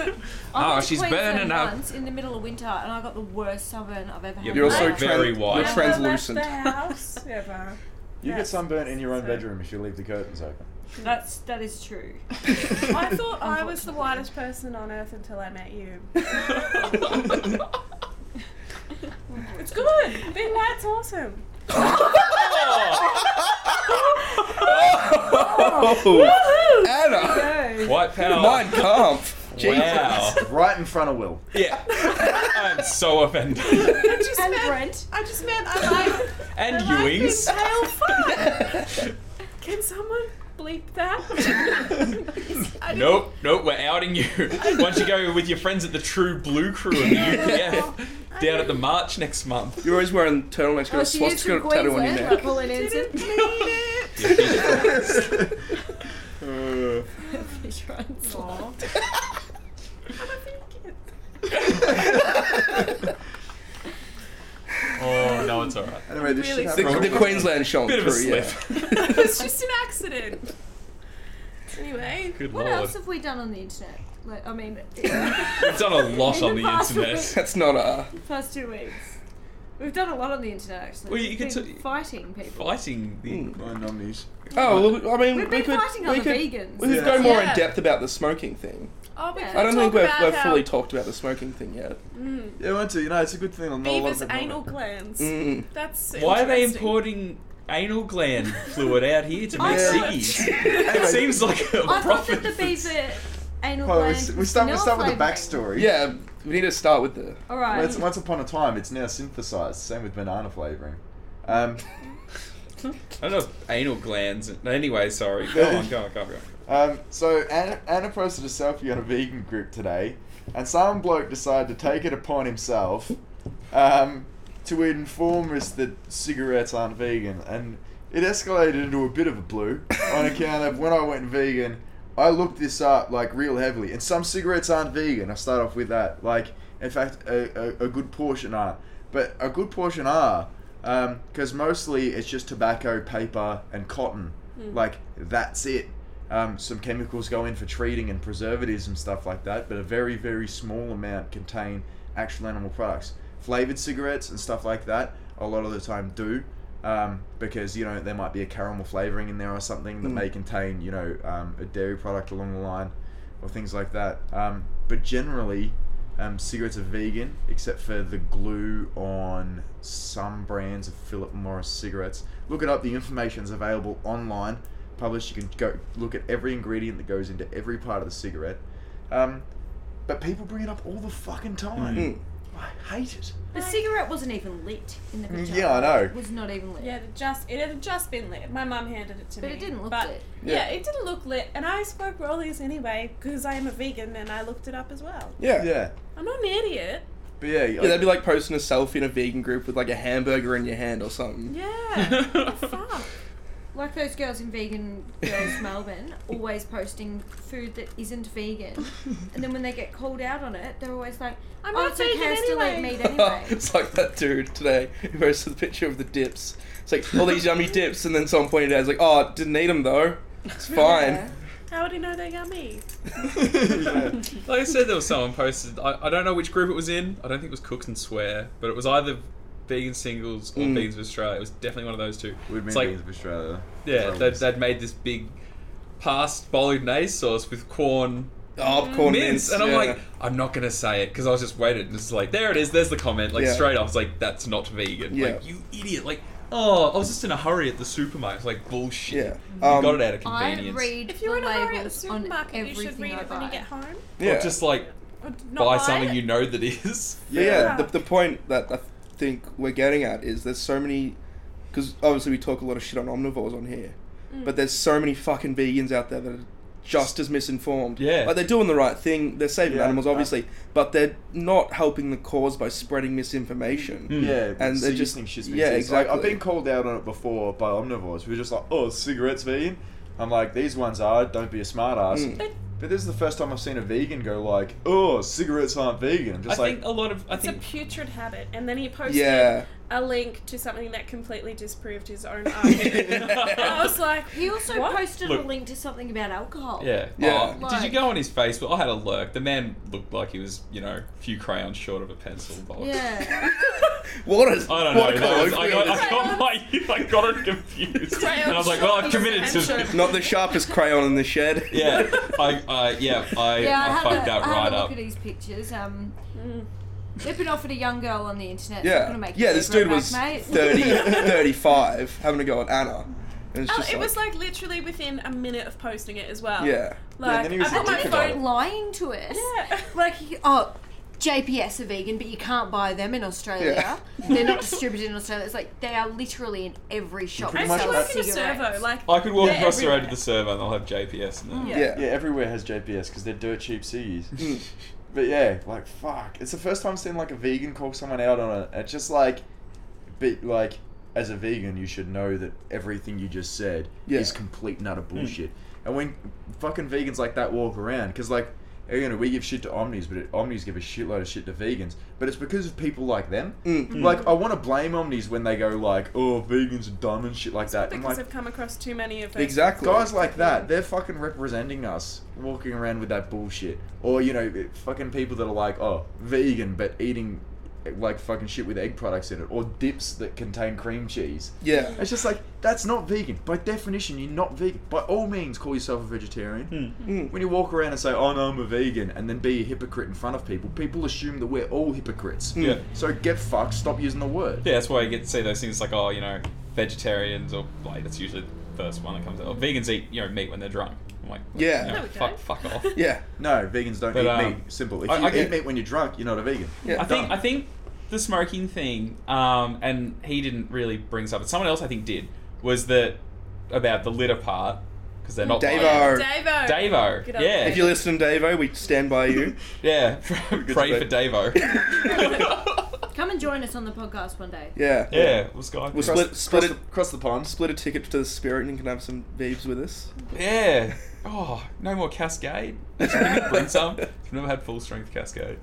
Speaker 3: to
Speaker 1: she's
Speaker 3: Queensland
Speaker 1: burning up.
Speaker 3: once in the middle of winter, and I got the worst sunburn I've ever had.
Speaker 1: You're
Speaker 3: in my
Speaker 1: also
Speaker 3: life.
Speaker 1: very
Speaker 5: tran-
Speaker 1: wide.
Speaker 5: You're
Speaker 1: Never
Speaker 5: translucent.
Speaker 4: Left the house ever.
Speaker 2: You get
Speaker 4: That's-
Speaker 2: sunburnt in your own
Speaker 4: so-
Speaker 2: bedroom if you leave the curtains open.
Speaker 3: That's that is true.
Speaker 4: I thought I was the whitest person on earth until I met you. It's good. Being white's awesome.
Speaker 5: Oh, Anna,
Speaker 1: White power.
Speaker 5: mine Kampf.
Speaker 1: wow.
Speaker 2: right in front of Will.
Speaker 1: Yeah. I'm so offended.
Speaker 4: I just
Speaker 3: And
Speaker 4: meant-
Speaker 3: Brent.
Speaker 4: I just meant I like.
Speaker 1: And
Speaker 4: I like
Speaker 1: Ewings.
Speaker 4: this pale fuck. Can someone bleep that? I didn't-
Speaker 1: Nope, nope, we're outing you. Once you go with your friends at the True Blue Crew in the UPF, down at the march next month.
Speaker 5: You're always wearing turtlenecks, got
Speaker 3: Oh,
Speaker 5: a
Speaker 3: she is
Speaker 5: swastika
Speaker 3: from
Speaker 5: tattoo on
Speaker 3: Queensland.
Speaker 5: your
Speaker 3: like
Speaker 5: neck.
Speaker 3: Pauline Hanson.
Speaker 4: Didn't mean
Speaker 2: Uh,
Speaker 4: it. I'm a vegan.
Speaker 1: Oh, no, it's alright.
Speaker 2: Anyway, this
Speaker 4: Really
Speaker 2: shit
Speaker 5: The,
Speaker 4: sorry.
Speaker 2: happened.
Speaker 5: the Queensland shown
Speaker 1: Bit of a
Speaker 5: through,
Speaker 1: slip.
Speaker 5: yeah.
Speaker 4: It's just an accident. Anyway,
Speaker 1: Good
Speaker 3: What
Speaker 1: lord.
Speaker 3: else have we done on the internet? Like, I mean,
Speaker 1: We've done a lot
Speaker 3: In
Speaker 1: on
Speaker 3: the
Speaker 1: the
Speaker 3: past
Speaker 1: internet.
Speaker 5: That's not a.
Speaker 3: past two weeks. We've done a lot on the internet actually.
Speaker 1: Well, you
Speaker 3: We've
Speaker 1: could
Speaker 3: been
Speaker 1: t-
Speaker 3: fighting people.
Speaker 1: Fighting
Speaker 5: Hmm.
Speaker 1: the.
Speaker 2: My nominees.
Speaker 5: Oh, well, I mean,
Speaker 3: We've
Speaker 5: we
Speaker 3: been
Speaker 5: could
Speaker 3: fighting
Speaker 5: we
Speaker 3: other
Speaker 5: could,
Speaker 3: vegans.
Speaker 5: we could
Speaker 2: Yeah.
Speaker 5: go more
Speaker 4: Yeah.
Speaker 5: in depth about the smoking thing.
Speaker 4: Oh, we
Speaker 3: Yeah.
Speaker 4: could
Speaker 5: I don't think
Speaker 4: talk
Speaker 5: we've,
Speaker 4: about
Speaker 5: we've
Speaker 4: how mm,
Speaker 5: fully talked about the smoking thing yet.
Speaker 2: Yeah, I want to. You know, it's a good thing. I'm not a lot
Speaker 4: Beavers'
Speaker 2: of people know
Speaker 4: anal
Speaker 2: about.
Speaker 4: glands.
Speaker 5: Mm.
Speaker 4: That's
Speaker 1: Why are they
Speaker 4: interesting.
Speaker 1: importing anal gland fluid out here to
Speaker 3: I
Speaker 1: make
Speaker 2: thought-
Speaker 1: ciggies?
Speaker 2: Anyway,
Speaker 1: It seems like a
Speaker 3: I thought
Speaker 1: profit.
Speaker 3: that the bees are anal
Speaker 2: well, we
Speaker 3: gland.
Speaker 2: s- we start. We
Speaker 3: vanilla
Speaker 2: start with the
Speaker 3: flavouring.
Speaker 2: backstory.
Speaker 5: Yeah, we need to start with the.
Speaker 3: All right.
Speaker 2: Once, once upon a time, it's now synthesized. Same with banana flavoring. Um,
Speaker 1: I don't know if anal glands. Anyway, sorry. Go on, go on, go on, go on.
Speaker 2: um, so Anna, Anna posted a selfie on a vegan group today, and some bloke decided to take it upon himself um, to inform us that cigarettes aren't vegan, and it escalated into a bit of a blue on account of when I went vegan. I looked this up like real heavily, and some cigarettes aren't vegan. I start off with that. Like, in fact, a, a, a good portion are, but a good portion are because mostly it's just tobacco, paper, and cotton. Like that's it. Um, some chemicals go in for treating and preservatives and stuff like that, but a very, very small amount contain actual animal products. Flavored cigarettes and stuff like that, a lot of the time do, um, because you know there might be a caramel flavoring in there or something that may contain you know um, a dairy product along the line, or things like that. Um, but generally, um, cigarettes are vegan except for the glue on some brands of Philip Morris cigarettes. Look it up. The information's available online, published. You can go look at every ingredient that goes into every part of the cigarette. Um, but people bring it up all the fucking time.
Speaker 5: Mm.
Speaker 2: I hate it.
Speaker 3: The cigarette wasn't even lit in the picture.
Speaker 2: Mm, Yeah, I know.
Speaker 3: It was not even lit.
Speaker 4: Yeah, it had just it had just been lit. My mum handed it to
Speaker 3: But
Speaker 4: me.
Speaker 3: it didn't look
Speaker 4: but
Speaker 3: lit.
Speaker 5: Yeah.
Speaker 4: Yeah. it didn't look lit, and I spoke rollies anyway because I am a vegan and I looked it up as well.
Speaker 5: Yeah.
Speaker 2: Yeah,
Speaker 4: I'm not an idiot.
Speaker 2: but yeah,
Speaker 5: Yeah, that'd be like posting a selfie in a vegan group with like a hamburger in your hand or something.
Speaker 4: Yeah. Fuck.
Speaker 3: Like those girls in vegan girls Melbourne, always posting food that isn't vegan, and then when they get called out on it, they're always like,
Speaker 4: I'm
Speaker 3: "Oh,
Speaker 4: not
Speaker 3: it's okay,
Speaker 4: vegan
Speaker 3: I still eat
Speaker 4: anyway."
Speaker 3: meat anyway."
Speaker 5: it's like that dude today who posted the picture of the dips. It's like all these yummy dips, and then someone pointed out, it's like, oh, didn't eat them though. It's fine.
Speaker 4: How would you know they're yummy?
Speaker 1: Like I said, there was someone posted. I, I don't know which group it was in. I don't think it was Cooks and Swear, but it was either Vegan Singles or
Speaker 5: Mm.
Speaker 1: Vegans of Australia. It was definitely one of those two.
Speaker 2: We'd
Speaker 1: it's
Speaker 2: been
Speaker 1: like,
Speaker 2: like, Australia.
Speaker 1: yeah,
Speaker 2: Probably.
Speaker 1: they'd, they'd made this big past bolognese sauce with corn
Speaker 5: Oh, corn
Speaker 1: mince,
Speaker 5: mints.
Speaker 1: and I'm
Speaker 5: yeah.
Speaker 1: like, I'm not gonna say it because I was just waiting. And it's like, there it is. There's the comment. Like
Speaker 5: Yeah.
Speaker 1: straight off, it's like that's not vegan.
Speaker 5: Yeah.
Speaker 1: Like you idiot. Like oh, I was just in a hurry at the supermarket. It's like bullshit.
Speaker 5: yeah.
Speaker 1: You
Speaker 5: Um,
Speaker 1: got it out of
Speaker 3: I
Speaker 1: convenience.
Speaker 3: read
Speaker 4: If you're
Speaker 3: the
Speaker 4: in a hurry at the
Speaker 3: labels on
Speaker 4: supermarket, you should
Speaker 3: everything
Speaker 4: read
Speaker 3: I
Speaker 4: it when you get
Speaker 3: buy.
Speaker 4: home.
Speaker 5: Yeah.
Speaker 1: Or just like
Speaker 4: Or d- not
Speaker 1: buy
Speaker 4: buy
Speaker 1: something
Speaker 4: it.
Speaker 1: you know that is.
Speaker 5: But yeah, the, the point that I think we're getting at is there's so many because obviously we talk a lot of shit on omnivores on here but there's so many fucking vegans out there that are just as misinformed
Speaker 1: Yeah.
Speaker 5: like they're doing the right thing they're saving
Speaker 2: Yeah,
Speaker 5: animals
Speaker 2: uh,
Speaker 5: obviously but they're not helping the cause by spreading misinformation
Speaker 1: Mm.
Speaker 2: Yeah,
Speaker 5: And
Speaker 2: and they
Speaker 5: they just-
Speaker 2: just think shit's been
Speaker 5: yeah,
Speaker 2: yeah, I've
Speaker 5: exactly.
Speaker 2: been called out on it before by omnivores. We are just like, oh, cigarettes vegan. I'm like, these ones are. Don't be a smart ass.
Speaker 5: Mm.
Speaker 4: But-
Speaker 2: But this is the first time I've seen a vegan go like, oh, cigarettes aren't vegan. I'm
Speaker 1: I
Speaker 2: just like,
Speaker 1: think a lot of I
Speaker 4: It's a
Speaker 1: think
Speaker 4: putrid habit, and then he posted
Speaker 5: yeah
Speaker 4: a link to something that completely disproved his own argument. I was like,
Speaker 3: He also
Speaker 4: What?
Speaker 3: posted
Speaker 1: Look.
Speaker 3: a link to something about alcohol.
Speaker 1: Yeah.
Speaker 5: Yeah.
Speaker 1: Oh, did you
Speaker 3: Like-
Speaker 1: go on his Facebook? I had a look. The man looked like he was, you know, a few crayons short of a pencil box.
Speaker 3: Yeah.
Speaker 5: what is
Speaker 1: I don't know.
Speaker 5: what a
Speaker 1: that was- I,
Speaker 5: colloquial
Speaker 1: got, I, got my, I got it confused. and I was like, well, I've committed to
Speaker 5: is- not the sharpest crayon in the shed
Speaker 1: Yeah. I, I, yeah, I,
Speaker 3: yeah, I,
Speaker 1: I,
Speaker 3: had,
Speaker 1: fucked
Speaker 3: a,
Speaker 1: that
Speaker 3: I had
Speaker 1: right
Speaker 3: a look
Speaker 1: up.
Speaker 3: at these pictures. Um,
Speaker 4: Mm.
Speaker 3: they've been offered a young girl on the internet. Not
Speaker 5: yeah
Speaker 3: gonna make
Speaker 5: yeah
Speaker 3: it
Speaker 5: this
Speaker 3: easier
Speaker 5: dude
Speaker 3: on
Speaker 5: was
Speaker 3: us, mate.
Speaker 5: 30 35 having a go at anna and it's
Speaker 4: Oh,
Speaker 5: just
Speaker 4: it was like literally within a minute of posting it as well.
Speaker 5: yeah
Speaker 4: Like,
Speaker 2: Yeah, and then he was
Speaker 4: I put
Speaker 2: a
Speaker 4: my
Speaker 2: dick
Speaker 4: phone.
Speaker 2: about
Speaker 3: lying to us.
Speaker 4: Yeah.
Speaker 3: Like, he- oh, JPS are vegan, but you can't buy them in Australia.
Speaker 5: Yeah.
Speaker 3: They're not distributed in Australia. It's like they are literally in every shop.
Speaker 4: I
Speaker 2: Pretty
Speaker 3: that
Speaker 2: much
Speaker 3: sells
Speaker 4: used to work in a
Speaker 3: cigarettes.
Speaker 4: servo. Like,
Speaker 1: I could walk
Speaker 4: They're
Speaker 1: across the road to
Speaker 4: everywhere.
Speaker 1: the server and I'll have JPS in
Speaker 3: Mm.
Speaker 1: there.
Speaker 4: Yeah.
Speaker 5: yeah
Speaker 2: yeah, everywhere has JPS because they're dirt cheap ciggies.
Speaker 5: Hmm. Mm,
Speaker 2: but yeah, like, fuck. It's the first time I've seen like a vegan call someone out on it. It's just like, but like, as a vegan, you should know that everything you just said
Speaker 5: Yeah.
Speaker 2: is complete and utter bullshit. And when fucking vegans like that walk around, because like, you know, we give shit to omnis, but omnis give a shitload of shit to vegans. But it's because of people like them.
Speaker 5: Mm.
Speaker 2: Like, I want to blame omnis when they go like, "Oh, vegans are dumb" and shit like that. I'm
Speaker 4: because
Speaker 2: like,
Speaker 4: I've come across too many of them.
Speaker 5: exactly
Speaker 2: Guys like that, they're fucking representing us, walking around with that bullshit. Or, you know, fucking people that are like, oh, vegan, but eating like fucking shit with egg products in it, or dips that contain cream cheese.
Speaker 5: Yeah.
Speaker 2: It's just like that's not vegan. By definition, you're not vegan. By all means, call yourself a vegetarian.
Speaker 1: Hmm.
Speaker 5: Mm.
Speaker 2: When you walk around and say, "Oh no, I'm a vegan," and then be a hypocrite in front of people, people assume that we're all hypocrites.
Speaker 1: Yeah.
Speaker 2: So get fucked. Stop using the word.
Speaker 1: Hmm. Yeah, that's why you get to see those things like, oh, you know, vegetarians or like that's usually the first one that comes out. Or vegans eat, you know, meat when they're drunk. I'm like,
Speaker 5: Yeah.
Speaker 1: you know,
Speaker 4: There we go.
Speaker 1: fuck, fuck off.
Speaker 5: Yeah.
Speaker 2: No, vegans don't
Speaker 1: But,
Speaker 2: eat
Speaker 1: um,
Speaker 2: meat. Simple. If
Speaker 1: I-
Speaker 2: you
Speaker 1: I get-
Speaker 2: eat meat when you're drunk, you're not a vegan.
Speaker 5: Yeah.
Speaker 1: I think
Speaker 2: Done.
Speaker 1: I think the smoking thing, um, and he didn't really bring this up, but someone else I think did was that about the litter part because they're not
Speaker 5: Davo.
Speaker 1: lying.
Speaker 5: Or-
Speaker 4: Davo.
Speaker 1: Davo,
Speaker 4: Good old
Speaker 1: yeah.
Speaker 5: If you listen, Davo, we stand by you.
Speaker 1: yeah,
Speaker 2: Good
Speaker 1: pray for
Speaker 2: debate.
Speaker 1: Davo.
Speaker 3: Come and join us on the podcast one day.
Speaker 5: Yeah.
Speaker 1: yeah, we'll Skype.
Speaker 5: We'll
Speaker 2: Cross,
Speaker 5: split- split
Speaker 2: cross
Speaker 5: it-
Speaker 2: the, cross the pond.
Speaker 5: Split a ticket to the Spirit and you can have some Veebs with us.
Speaker 1: Yeah. Oh, no more Cascade. Just give me- Bring some. I've never had full strength Cascade.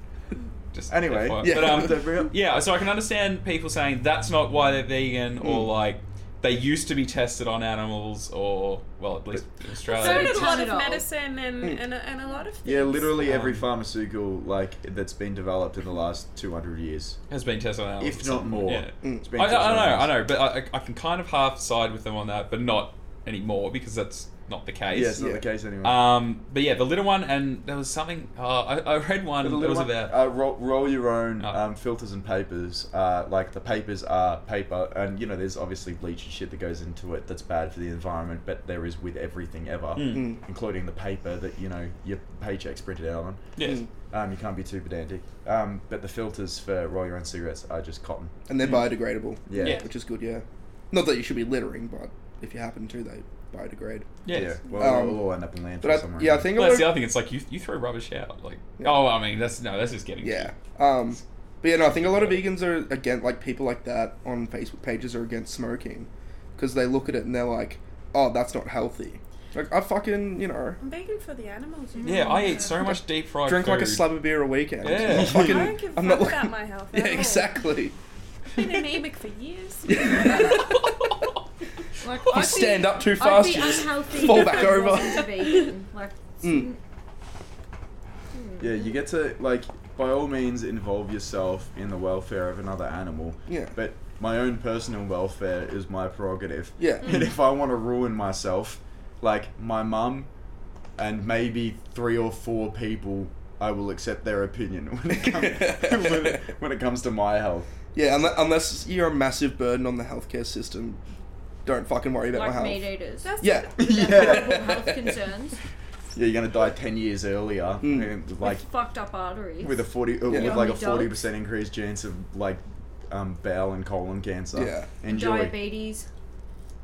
Speaker 1: Just
Speaker 2: Anyway,
Speaker 1: FYI.
Speaker 5: yeah.
Speaker 1: but um,
Speaker 2: Don't bring up-
Speaker 1: yeah. So I can understand people saying that's not why they're vegan,
Speaker 2: Hmm.
Speaker 1: or like they used to be tested on animals, or well, at least in
Speaker 4: So
Speaker 1: Australia.
Speaker 4: did a lot of
Speaker 3: Panadol.
Speaker 4: medicine and, and, a, and a lot of things.
Speaker 2: Yeah, literally every
Speaker 1: Um,
Speaker 2: pharmaceutical like that's been developed in the last 200 years.
Speaker 1: has been tested on animals.
Speaker 2: If not more.
Speaker 1: Oh, Yeah.
Speaker 5: Mm.
Speaker 2: It's
Speaker 1: I,
Speaker 2: been
Speaker 1: I, I
Speaker 2: tested on
Speaker 1: know, I
Speaker 2: animals.
Speaker 1: know, but I, I- I can kind of half side with them on that, but not anymore because that's not the case.
Speaker 2: Yeah, it's not
Speaker 5: Yeah.
Speaker 2: the case anymore.
Speaker 1: Um, but yeah, the little one, and there was something uh, I, I read one that
Speaker 2: But the
Speaker 1: was
Speaker 2: little one-
Speaker 1: about.
Speaker 2: uh, roll, roll your own
Speaker 1: Oh.
Speaker 2: um, filters and papers. Uh, like the papers are paper, and you know there's obviously bleach and shit that goes into it that's bad for the environment. But there is with everything ever,
Speaker 1: Mm.
Speaker 5: Hmm.
Speaker 2: including the paper that you know your paycheck's printed out on.
Speaker 1: Yes.
Speaker 5: Mm.
Speaker 2: Um, you can't be too pedantic. Um, but the filters for roll your own cigarettes are just cotton.
Speaker 5: And they're
Speaker 1: Mm.
Speaker 5: biodegradable,
Speaker 2: Yeah.
Speaker 1: Yeah.
Speaker 5: which is good, yeah. Not that you should be littering, but if you happen to, they biodegrade.
Speaker 1: Yes.
Speaker 2: Yeah. Well,
Speaker 5: Um,
Speaker 2: we'll all end up in landfill
Speaker 5: But I,
Speaker 2: somewhere.
Speaker 5: yeah, I think I
Speaker 1: Well, that's
Speaker 5: would've-
Speaker 1: the other thing. It's like you, you throw rubbish out. Like,
Speaker 5: Yeah.
Speaker 1: oh, I mean, that's no, that's just getting
Speaker 5: Yeah. Um, but yeah, no, I think a lot of vegans are against, like, people like that on Facebook pages are against smoking because they look at it and they're like, oh, that's not healthy. Like, I fucking, you know,
Speaker 4: I'm vegan for the animals. you
Speaker 1: Yeah,
Speaker 4: know.
Speaker 1: I eat so much deep fried.
Speaker 5: drink like a
Speaker 1: food.
Speaker 5: slab of beer a weekend.
Speaker 1: Yeah.
Speaker 5: I'm not fucking,
Speaker 4: I don't give
Speaker 5: I'm
Speaker 4: a
Speaker 5: not
Speaker 4: fuck
Speaker 5: looking.
Speaker 4: about my health.
Speaker 5: yeah,
Speaker 4: at all.
Speaker 5: exactly.
Speaker 4: I've been anemic for years.
Speaker 3: Like,
Speaker 5: You stand up too fast,
Speaker 3: I'd be
Speaker 5: you just
Speaker 3: unhealthy
Speaker 5: fall
Speaker 3: if
Speaker 5: back
Speaker 3: I
Speaker 5: over.
Speaker 3: wasn't vegan. Like,
Speaker 5: Mm.
Speaker 2: Yeah, you get to like by all means involve yourself in the welfare of another animal.
Speaker 5: Yeah.
Speaker 2: But my own personal welfare is my prerogative.
Speaker 5: Yeah.
Speaker 2: And
Speaker 4: Mm.
Speaker 2: if I want to ruin myself, like my mum and maybe three or four people, I will accept their opinion when it, come, when it, when it comes to my health.
Speaker 5: Yeah, unless, unless you're a massive burden on the healthcare system, don't fucking worry about
Speaker 3: like
Speaker 5: my
Speaker 3: meat
Speaker 5: health.
Speaker 3: eaters.
Speaker 4: That's
Speaker 5: Yeah.
Speaker 3: Horrible
Speaker 2: yeah.
Speaker 3: health concerns.
Speaker 2: Yeah, you're gonna die ten years earlier.
Speaker 5: Mm.
Speaker 2: uh, Like
Speaker 3: with fucked up arteries.
Speaker 2: with a forty, uh,
Speaker 5: Yeah.
Speaker 2: with like a
Speaker 3: Young
Speaker 2: forty percent increased chance of like um, bowel and colon cancer.
Speaker 5: Yeah.
Speaker 2: Enjoy.
Speaker 3: diabetes,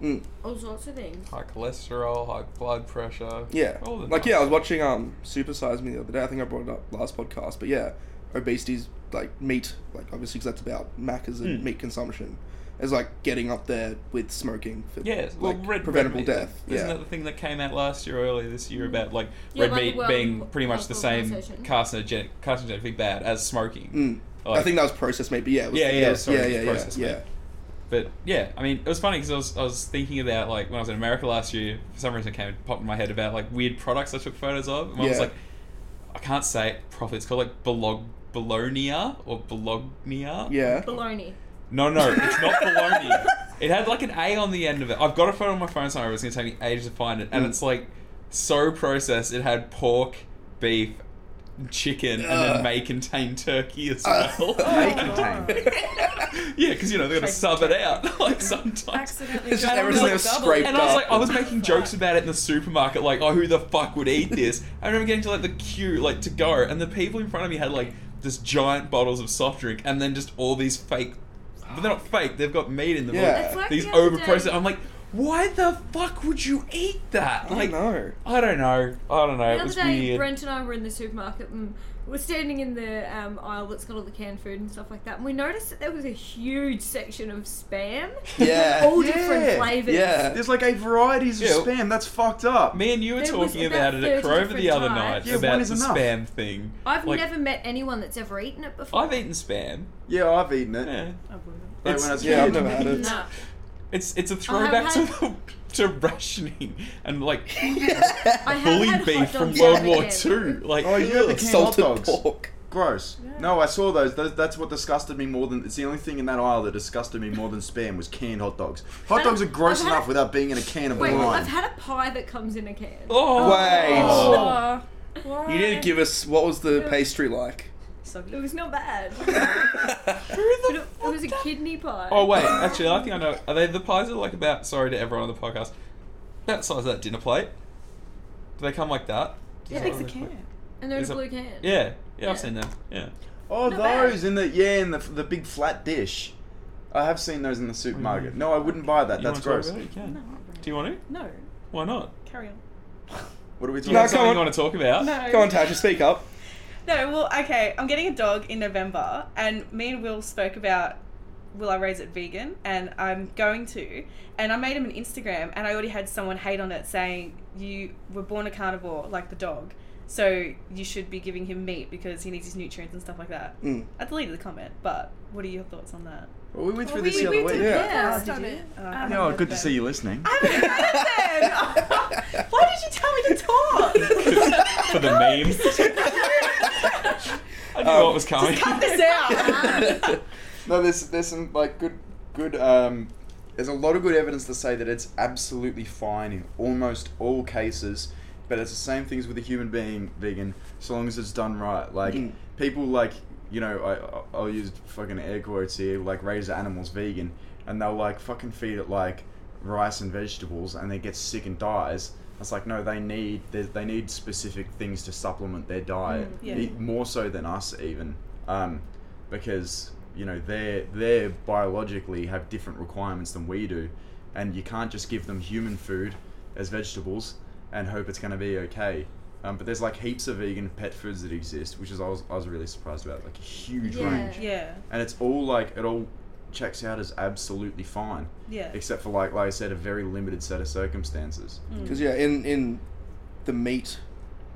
Speaker 5: Mm,
Speaker 3: all sorts of things.
Speaker 1: high cholesterol, high blood pressure.
Speaker 5: yeah.
Speaker 1: all the
Speaker 5: Like,
Speaker 1: time.
Speaker 5: yeah, I was watching um, Super Size Me the other day. I think I brought it up last podcast. But yeah, obesity's like meat, like obviously 'cause that's about macas and
Speaker 1: Mm.
Speaker 5: meat consumption. Is like getting up there with smoking for
Speaker 1: Yeah, well,
Speaker 5: like,
Speaker 1: red
Speaker 5: preventable
Speaker 1: red meat,
Speaker 5: death.
Speaker 1: Isn't
Speaker 5: yeah.
Speaker 1: that the thing that came out last year, earlier this year, about like
Speaker 3: Yeah,
Speaker 1: red
Speaker 3: like the
Speaker 1: meat
Speaker 3: World
Speaker 1: being
Speaker 3: Health
Speaker 1: pretty much the same
Speaker 3: Organization.
Speaker 1: carcinogenic, carcinogenically bad as smoking?
Speaker 5: Mm. I
Speaker 1: Like-
Speaker 5: think that was processed meat, but yeah, it was,
Speaker 1: Oh, Yeah, yeah,
Speaker 5: it was-
Speaker 1: sorry,
Speaker 5: yeah,
Speaker 1: it was
Speaker 5: yeah, yeah,
Speaker 1: processed
Speaker 5: yeah.
Speaker 1: meat. But yeah, I mean, it was funny because I was, I was thinking about like when I was in America last year. For some reason, it came popped in my head about like weird products I took photos of. And I was
Speaker 5: Yeah.
Speaker 1: like, I can't say it properly. It's called like bolog bologna or bologna.
Speaker 5: Yeah.
Speaker 3: Bologna.
Speaker 1: No, no, it's not bologna. it had like an A on the end of it. I've got a photo on my phone somewhere. It's gonna take me ages to find it, and
Speaker 5: Mm.
Speaker 1: it's like so processed. It had pork, beef, chicken, and
Speaker 5: Ugh.
Speaker 1: then may contain turkey as well.
Speaker 2: May contain.
Speaker 1: Yeah, because you know they're gonna sub it out like sometimes.
Speaker 4: Accidentally.
Speaker 5: It's just
Speaker 4: got
Speaker 5: everything
Speaker 4: double-
Speaker 5: was scraped
Speaker 1: And I was like, I
Speaker 5: up.
Speaker 1: was making jokes about it in the supermarket, like, oh, who the fuck would eat this? I remember getting to like the queue, like to go, and the people in front of me had like just giant bottles of soft drink, and then just all these fake. But they're not fake. They've got meat in them.
Speaker 5: Yeah.
Speaker 1: like,
Speaker 5: It's
Speaker 4: like
Speaker 1: these
Speaker 4: the other
Speaker 1: overprocessed.
Speaker 4: day-
Speaker 1: I'm like, why the fuck would you eat that?
Speaker 5: I
Speaker 1: Like,
Speaker 5: know.
Speaker 1: I don't know. I don't know.
Speaker 3: The
Speaker 1: it
Speaker 3: other
Speaker 1: was
Speaker 3: day,
Speaker 1: weird.
Speaker 3: Brent and I were in the supermarket and we're standing in the um, aisle that's got all the canned food and stuff like that. And we noticed that there was a huge section of spam.
Speaker 5: Uh, Yeah.
Speaker 3: All different
Speaker 2: Yeah.
Speaker 3: flavours.
Speaker 5: Yeah.
Speaker 2: There's like eight varieties of
Speaker 1: Yeah.
Speaker 2: spam. That's fucked up.
Speaker 1: me and you were
Speaker 3: There was
Speaker 1: talking
Speaker 3: about
Speaker 1: about it at
Speaker 3: 30
Speaker 1: Crover the
Speaker 3: different
Speaker 1: other night
Speaker 3: types.
Speaker 2: Yeah,
Speaker 1: about
Speaker 2: one is
Speaker 1: the
Speaker 2: enough.
Speaker 1: spam thing.
Speaker 3: I've
Speaker 1: Like,
Speaker 3: never met anyone that's ever eaten it before.
Speaker 1: I've eaten spam.
Speaker 2: Yeah, I've eaten it.
Speaker 1: Yeah.
Speaker 2: Like
Speaker 1: It's-
Speaker 2: when I was a
Speaker 5: Yeah, I've
Speaker 2: kid.
Speaker 5: never had it.
Speaker 3: Nah.
Speaker 1: It's it's a
Speaker 3: I have
Speaker 1: throwback to the, to rationing and like
Speaker 5: Yeah.
Speaker 3: I have
Speaker 1: bully
Speaker 3: had hot
Speaker 1: beef
Speaker 3: dogs
Speaker 1: from
Speaker 3: out of
Speaker 1: World
Speaker 3: a
Speaker 1: War
Speaker 3: can.
Speaker 1: Two. Like
Speaker 2: Oh, you had the
Speaker 1: ugh.
Speaker 2: can-
Speaker 5: Salted
Speaker 2: hot dogs.
Speaker 5: pork.
Speaker 2: Gross.
Speaker 4: Yeah.
Speaker 2: No, I saw those. those. That's what disgusted me more than. It's the only thing in that aisle that disgusted me more than spam was canned hot dogs. Hot
Speaker 3: I've-
Speaker 2: dogs are gross
Speaker 3: I've had-
Speaker 2: enough without being in a can of
Speaker 3: Wait, well,
Speaker 2: wine.
Speaker 3: I've had a pie that comes in a can.
Speaker 1: Oh,
Speaker 2: Wait.
Speaker 1: Oh.
Speaker 4: Why?
Speaker 5: You didn't give us what was the pastry like?
Speaker 3: It was not bad.
Speaker 1: Who
Speaker 3: But
Speaker 1: the
Speaker 3: it, it was a kidney pie.
Speaker 1: Oh wait, actually, I think I know. Are they the pies that are like about? Sorry to everyone on the podcast. About the size of that dinner plate. Do they come like that?
Speaker 3: Yeah.
Speaker 1: Is that what
Speaker 4: Takes a
Speaker 1: they-
Speaker 4: can.
Speaker 3: And they're in
Speaker 1: Is
Speaker 3: a
Speaker 1: it-
Speaker 3: blue can.
Speaker 1: Yeah, yeah,
Speaker 3: Yeah.
Speaker 1: I've seen them. Yeah.
Speaker 2: oh,
Speaker 3: Not bad.
Speaker 2: those in the yeah, in the the big flat dish. I have seen those in the supermarket.
Speaker 1: Mm.
Speaker 2: No, I wouldn't buy that.
Speaker 1: You
Speaker 2: That's
Speaker 1: wanna talk
Speaker 2: gross.
Speaker 1: about it? You can.
Speaker 4: No, not really.
Speaker 1: Do you want to?
Speaker 4: no.
Speaker 1: Why not?
Speaker 4: Carry on.
Speaker 2: What are we
Speaker 1: Do you
Speaker 2: talking
Speaker 1: have
Speaker 2: about?
Speaker 5: No, come
Speaker 1: something
Speaker 5: on.
Speaker 1: you want to talk about?
Speaker 4: No.
Speaker 5: Go on, Tasha, speak up.
Speaker 6: No, well, okay. I'm getting a dog in November, and me and Will spoke about will I raise it vegan, and I'm going to. And I made him an Instagram, and I already had someone hate on it saying you were born a carnivore like the dog, so you should be giving him meat because he needs his nutrients and stuff like that.
Speaker 5: Mm.
Speaker 6: I deleted the comment, but what are your thoughts on that?
Speaker 2: Well, we went through
Speaker 4: Well,
Speaker 2: this
Speaker 4: we-
Speaker 2: the
Speaker 4: we
Speaker 2: other week.
Speaker 4: did
Speaker 5: Yeah.
Speaker 4: podcast
Speaker 6: Yeah.
Speaker 4: on
Speaker 6: Did
Speaker 4: it.
Speaker 6: you?
Speaker 4: Um,
Speaker 6: Uh,
Speaker 2: No, good to see you listening.
Speaker 6: Why did you tell me to talk?
Speaker 1: For the memes. I knew
Speaker 2: Um,
Speaker 1: what was coming.
Speaker 6: Cut this out.
Speaker 2: No, there's there's some like good good um there's a lot of good evidence to say that it's absolutely fine in almost all cases, but it's the same things with a human being vegan, so long as it's done right. Like
Speaker 5: Mm.
Speaker 2: people like you know, I I'll- I'll use fucking air quotes here, like raise animals vegan and they'll like fucking feed it like rice and vegetables and then gets sick and dies. It's like no, they need they, they need specific things to supplement their diet,
Speaker 6: Mm, yeah.
Speaker 2: e- more so than us even, um, because you know they're they biologically have different requirements than we do, and you can't just give them human food as vegetables and hope it's going to be okay. Um, but there's like heaps of vegan pet foods that exist, which is I was, I was really surprised about, like a huge
Speaker 3: Yeah.
Speaker 2: range,
Speaker 6: yeah,
Speaker 2: and it's all like it all checks out as absolutely fine
Speaker 6: yeah.
Speaker 2: except for like like I said, a very limited set of circumstances.
Speaker 6: Mm.
Speaker 5: Because yeah, in in the meat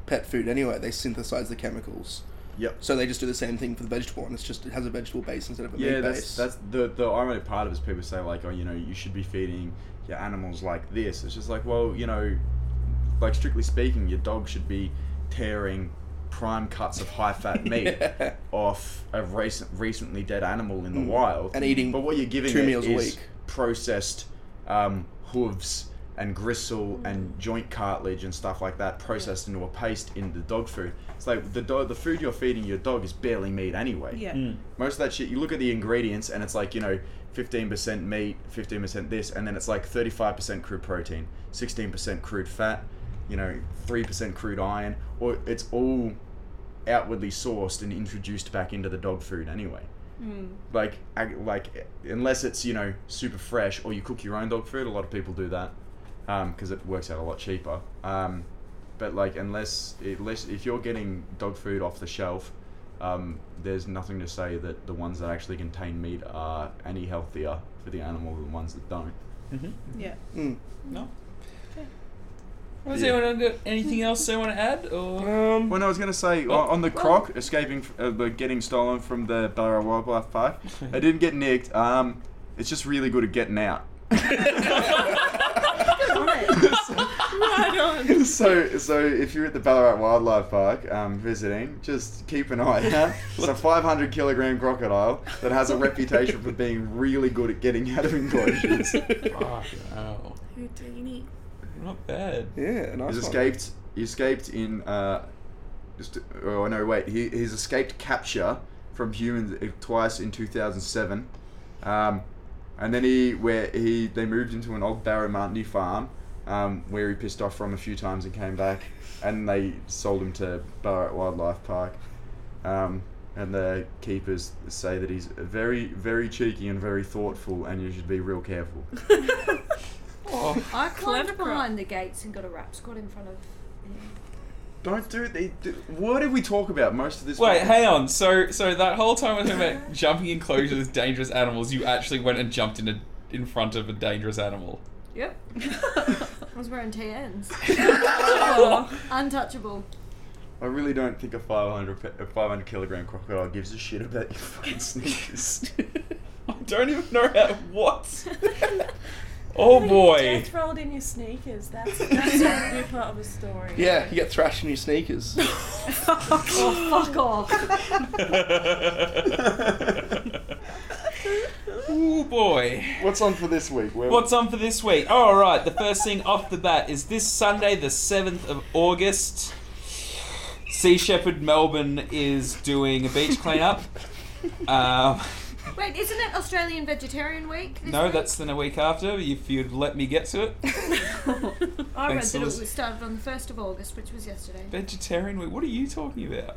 Speaker 5: pet food anyway, they synthesize the chemicals.
Speaker 2: Yep.
Speaker 5: So they just do the same thing for the vegetable, and it's just it has a vegetable base instead of a
Speaker 2: Yeah,
Speaker 5: meat
Speaker 2: that's
Speaker 5: base.
Speaker 2: that's the the ironic part of it is people say like, oh, you know, you should be feeding your animals like this. It's just like, well, you know, like strictly speaking, your dog should be tearing prime cuts of high fat meat
Speaker 5: Yeah.
Speaker 2: off a recent recently dead animal in the
Speaker 5: Mm.
Speaker 2: wild
Speaker 5: And eating
Speaker 2: But what you're giving
Speaker 5: two
Speaker 2: it
Speaker 5: meals a
Speaker 2: is
Speaker 5: week.
Speaker 2: processed um, hooves and gristle and joint cartilage and stuff like that processed into a paste in the dog food. It's like the dog, the food you're feeding your dog is barely meat anyway.
Speaker 6: Yeah.
Speaker 1: Mm.
Speaker 2: Most of that shit, you look at the ingredients and it's like, you know, 15% meat, 15% this, and then it's like 35% crude protein, 16% crude fat, you know, 3% crude iron, or it's all outwardly sourced and introduced back into the dog food anyway.
Speaker 6: Mm.
Speaker 2: Like, ag- like unless it's, you know, super fresh or you cook your own dog food, a lot of people do that because it works out a lot cheaper. Um, but like, unless, unless if you're getting dog food off the shelf, um, there's nothing to say that the ones that actually contain meat are any healthier for the animal than ones that don't.
Speaker 1: Mhm.
Speaker 6: Yeah.
Speaker 5: Mm.
Speaker 1: No. Was
Speaker 2: Yeah.
Speaker 1: anyone anything else they want to add? Or
Speaker 5: Um,
Speaker 2: When I was going to say
Speaker 1: Oh.
Speaker 2: on on the croc escaping, f- uh, the- getting stolen from the Ballarat Wildlife Park, I didn't get nicked. Um, it's just really good at getting out. so so if you're at the Ballarat Wildlife Park um, visiting, just keep an eye out. It's a 500 kilogram crocodile that has a reputation for being really good at getting out of enclosures.
Speaker 1: oh,
Speaker 4: Houdini.
Speaker 1: not bad.
Speaker 5: yeah, nice
Speaker 2: He's
Speaker 5: one.
Speaker 2: escaped. He escaped in. Uh, just, oh no! Wait, he, he's escaped capture from humans uh, twice in 2007, um, and then he where he they moved into an old Barrow Martini farm um, where he pissed off from a few times and came back, and they sold him to Ballarat Wildlife Park, um, and the keepers say that he's very very cheeky and very thoughtful, and you should be real careful.
Speaker 1: Oh,
Speaker 3: I climbed
Speaker 4: Clever.
Speaker 3: behind the gates and got a rap squad in front of.
Speaker 2: Don't do it. What did we talk about most of this?
Speaker 1: wait, hang on. So, so that whole time I was talking about jumping enclosures with dangerous animals, you actually went and jumped in a, in front of a dangerous animal.
Speaker 3: Yep. I was wearing TNs. Untouchable.
Speaker 2: I really don't think a 500, pe- a 500 kilogram crocodile gives a shit about your fucking sneakers.
Speaker 1: I don't even know how. What? Oh
Speaker 4: You
Speaker 1: boy.
Speaker 4: death rolled in your sneakers. That's that's a ripper of a story.
Speaker 5: Yeah, you get thrashed in your sneakers.
Speaker 3: Oh, fuck off.
Speaker 1: oh boy.
Speaker 2: What's on for this week? Where-
Speaker 1: What's on for this week? All right, the first thing off the bat is this Sunday, the 7th of August. Sea Shepherd Melbourne is doing a beach cleanup. Um,
Speaker 3: Wait, isn't it Australian Vegetarian Week? this
Speaker 1: no,
Speaker 3: week?
Speaker 1: that's the week after, if you'd let me get to it.
Speaker 3: I read
Speaker 1: thanks,
Speaker 3: that it
Speaker 1: Liz.
Speaker 3: was started on the 1st of August, which was yesterday.
Speaker 1: Vegetarian week? What are you talking about?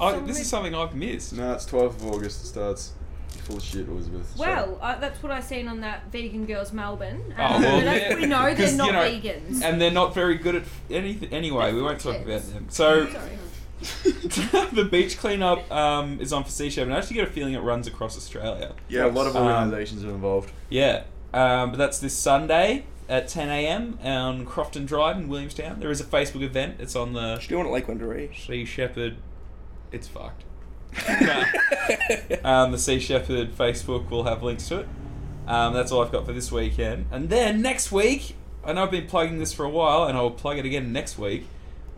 Speaker 1: I, this is something I've missed.
Speaker 2: No, it's 12th of August. It starts. You're Full of shit, Elizabeth. Sorry.
Speaker 3: Well, uh, that's what I seen on that Vegan Girls Melbourne. Um,
Speaker 1: Oh, well,
Speaker 3: but as we
Speaker 1: yeah,
Speaker 3: know
Speaker 1: because,
Speaker 3: they're
Speaker 1: you
Speaker 3: not
Speaker 1: know,
Speaker 3: vegans.
Speaker 1: And they're not very good at f- anything. Anyway, we won't talk about them. So,
Speaker 3: Sorry.
Speaker 1: the beach cleanup um, is on for Sea Shepherd. I actually get a feeling it runs across Australia.
Speaker 2: yeah, a lot of
Speaker 1: Um,
Speaker 2: organisations are involved.
Speaker 1: Yeah, um, but that's this Sunday at 10 a.m. on Crofton Drive in Williamstown. There is a Facebook event. It's on the
Speaker 5: She's doing it like Wendery.
Speaker 1: Sea Shepherd. It's fucked. No. um, the Sea Shepherd Facebook will have links to it. Um, that's all I've got for this weekend. And then next week, I know I've been plugging this for a while, and I'll plug it again next week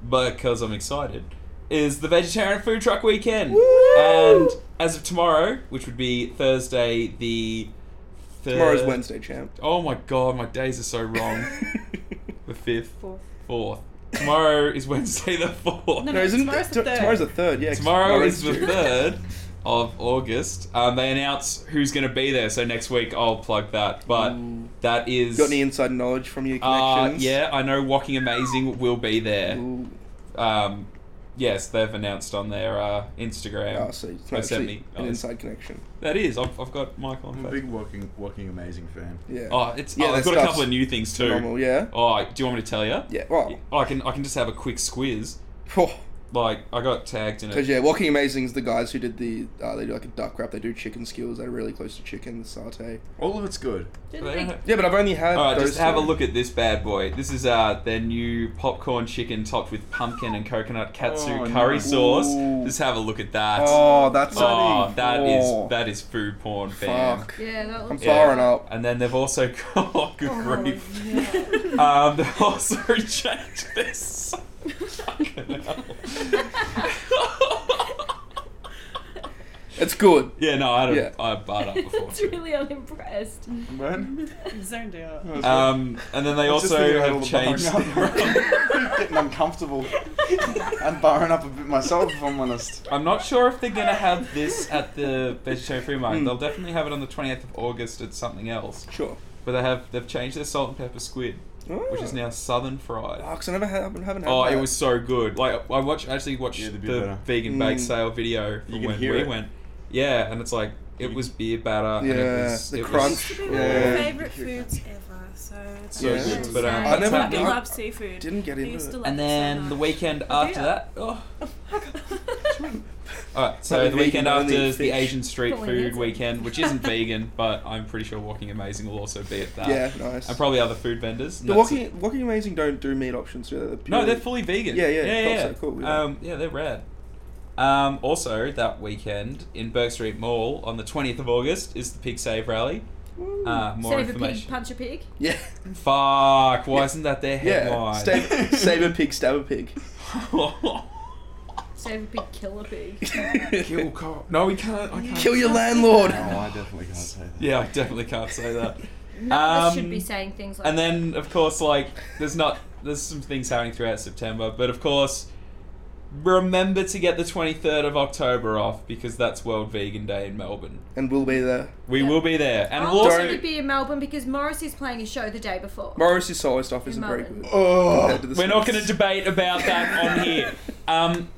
Speaker 1: because I'm excited. Is the Vegetarian Food Truck Weekend. And as of tomorrow, which would be Thursday, the. Thir-
Speaker 5: Tomorrow's Wednesday, champ.
Speaker 1: Oh my god, my days are so wrong. the 5th,
Speaker 6: Fourth.
Speaker 1: 4th. Tomorrow is Wednesday the 4th.
Speaker 6: No,
Speaker 5: No, isn't
Speaker 6: tomorrow's the
Speaker 5: it? t-
Speaker 6: third.
Speaker 5: Tomorrow's the third. Yeah, 'cause
Speaker 1: Tomorrow
Speaker 5: tomorrow's
Speaker 1: is the
Speaker 5: due.
Speaker 1: third of August. Um, they announce who's going to be there, so next week I'll plug that. But that is.
Speaker 5: Got any inside knowledge from your
Speaker 1: uh,
Speaker 5: connections?
Speaker 1: yeah, I know Walking Amazing will be there.
Speaker 5: Ooh.
Speaker 1: Um, yes, they've announced on their uh, Instagram.
Speaker 5: Oh, so it's
Speaker 1: They
Speaker 5: not
Speaker 1: sent
Speaker 5: actually
Speaker 1: me- oh,
Speaker 5: an
Speaker 1: it's-
Speaker 5: inside connection.
Speaker 1: That is. I've, I've got Michael on
Speaker 2: I'm a
Speaker 1: Facebook.
Speaker 2: big walking, walking amazing fan.
Speaker 5: Yeah.
Speaker 1: Oh, it's.
Speaker 5: Yeah,
Speaker 1: oh, I've
Speaker 5: that
Speaker 1: got a
Speaker 5: stuff's
Speaker 1: couple of new things too.
Speaker 5: Normal, yeah.
Speaker 1: Oh, do you want me to tell you?
Speaker 5: Yeah. Well,
Speaker 1: I can I can just have a quick squiz.
Speaker 5: oh,
Speaker 1: Like I got tagged in
Speaker 5: Because
Speaker 1: it.
Speaker 5: yeah, Walking Amazing's the guys who did the uh, they do like a duck wrap. They do chicken skewers. They're really close to chicken satay.
Speaker 2: All of it's good.
Speaker 5: Yeah, but I've only had.
Speaker 1: Alright,
Speaker 5: those
Speaker 1: just have a
Speaker 5: two.
Speaker 1: look at this bad boy. This is uh, their new popcorn chicken topped with pumpkin and coconut katsu
Speaker 2: Oh,
Speaker 1: curry
Speaker 2: nice.
Speaker 1: sauce.
Speaker 5: Ooh.
Speaker 1: Just have a look at that.
Speaker 5: Oh, that's
Speaker 1: Oh, that is
Speaker 5: Oh,
Speaker 1: that is food porn fam.
Speaker 5: fuck.
Speaker 3: Yeah, that
Speaker 5: I'm
Speaker 3: looks
Speaker 1: Yeah.
Speaker 5: firing up.
Speaker 1: And then they've also got oh, good
Speaker 3: Oh,
Speaker 1: grief.
Speaker 3: yeah.
Speaker 1: Um, they've also changed this. Fucking hell.
Speaker 5: It's good.
Speaker 1: yeah, no, I don't.
Speaker 5: Yeah.
Speaker 1: I barred up before.
Speaker 3: it's
Speaker 1: too.
Speaker 3: really unimpressed.
Speaker 2: Man.
Speaker 6: Zoned out.
Speaker 1: Um, and then they
Speaker 2: I was just
Speaker 1: also
Speaker 2: thinking about all
Speaker 1: have
Speaker 2: the
Speaker 1: changed.
Speaker 2: barring up. Getting uncomfortable. I'm barring up a bit myself, if I'm honest. Oh,
Speaker 1: I'm not sure if they're gonna have this at the vegetarian free
Speaker 5: Hmm.
Speaker 1: market. They'll definitely have it on the 28th of August at something else.
Speaker 5: Sure.
Speaker 1: But they have they've changed their salt and pepper squid, which is now southern fried.
Speaker 5: Oh, 'cause I never had. I haven't had.
Speaker 1: Oh,
Speaker 5: that.
Speaker 1: it was so good. Like I watched actually watched
Speaker 2: Yeah,
Speaker 1: the
Speaker 2: they'd be better.
Speaker 1: vegan bake
Speaker 5: Mm.
Speaker 1: sale video from
Speaker 2: You can
Speaker 1: when
Speaker 2: hear
Speaker 1: we
Speaker 2: it.
Speaker 1: went. Yeah, and it's like it was beer batter. and it
Speaker 5: Yeah,
Speaker 1: was,
Speaker 5: the
Speaker 1: it was-
Speaker 5: crunch.
Speaker 4: It's been one of
Speaker 5: Yeah.
Speaker 4: my favourite foods ever, so it's
Speaker 2: So
Speaker 4: yeah.
Speaker 2: good,
Speaker 1: but, um,
Speaker 5: I never-
Speaker 4: I
Speaker 5: I
Speaker 4: love seafood.
Speaker 5: didn't get
Speaker 4: I
Speaker 5: into
Speaker 4: used
Speaker 5: it.
Speaker 4: to love
Speaker 1: and
Speaker 4: it so
Speaker 1: then
Speaker 4: much.
Speaker 1: the weekend
Speaker 4: Oh,
Speaker 1: after
Speaker 4: dear.
Speaker 1: that, oh, All right, so
Speaker 5: Probably
Speaker 1: the weekend
Speaker 5: vegan-only
Speaker 1: after is the
Speaker 5: fish.
Speaker 1: Asian street
Speaker 3: Probably
Speaker 1: food
Speaker 3: is.
Speaker 1: weekend, which isn't vegan, but I'm pretty sure Walking Amazing will also be at that.
Speaker 5: yeah, nice.
Speaker 1: And probably other food vendors. and
Speaker 5: the
Speaker 1: that's
Speaker 5: Walking Walking Amazing don't do meat options. Do they? They're
Speaker 1: it. No,
Speaker 5: purely-
Speaker 1: they're fully vegan.
Speaker 5: Yeah,
Speaker 1: yeah,
Speaker 5: yeah, thought
Speaker 1: yeah.
Speaker 5: so, cool, yeah.
Speaker 1: Um, yeah, they're rad. Um, also, that weekend in Burke Street Mall on the 20th of August is the Pig Save Rally. Uh, more
Speaker 3: Save a pig,
Speaker 1: information.
Speaker 3: punch a pig.
Speaker 5: Yeah,
Speaker 1: Fuck, why isn't that their
Speaker 5: yeah.
Speaker 1: headline?
Speaker 5: Stab, save a pig, stab a pig.
Speaker 3: Save a pig, kill a pig.
Speaker 1: Kill co- No, we can't. I can't.
Speaker 5: Kill your landlord.
Speaker 2: Oh, I definitely can't say that.
Speaker 1: Yeah, I definitely can't say that.
Speaker 3: None of us
Speaker 1: Um,
Speaker 3: should be saying things like
Speaker 1: And then, of course, like there's not there's some things happening throughout September, but of course, remember to get the 23rd of October off because that's World Vegan Day in Melbourne.
Speaker 5: And we'll be there.
Speaker 1: We
Speaker 3: Yeah. Oh.
Speaker 1: will be there, and
Speaker 3: I'll
Speaker 1: we'll
Speaker 3: also
Speaker 1: also
Speaker 5: Don't-
Speaker 3: be in Melbourne because Morris is playing a show the day before.
Speaker 5: Morris's solo stuff isn't very
Speaker 3: Mullen.
Speaker 5: good.
Speaker 2: Oh,
Speaker 5: compared to the
Speaker 1: we're not
Speaker 5: Smiths.
Speaker 1: going to debate about that on here. Um,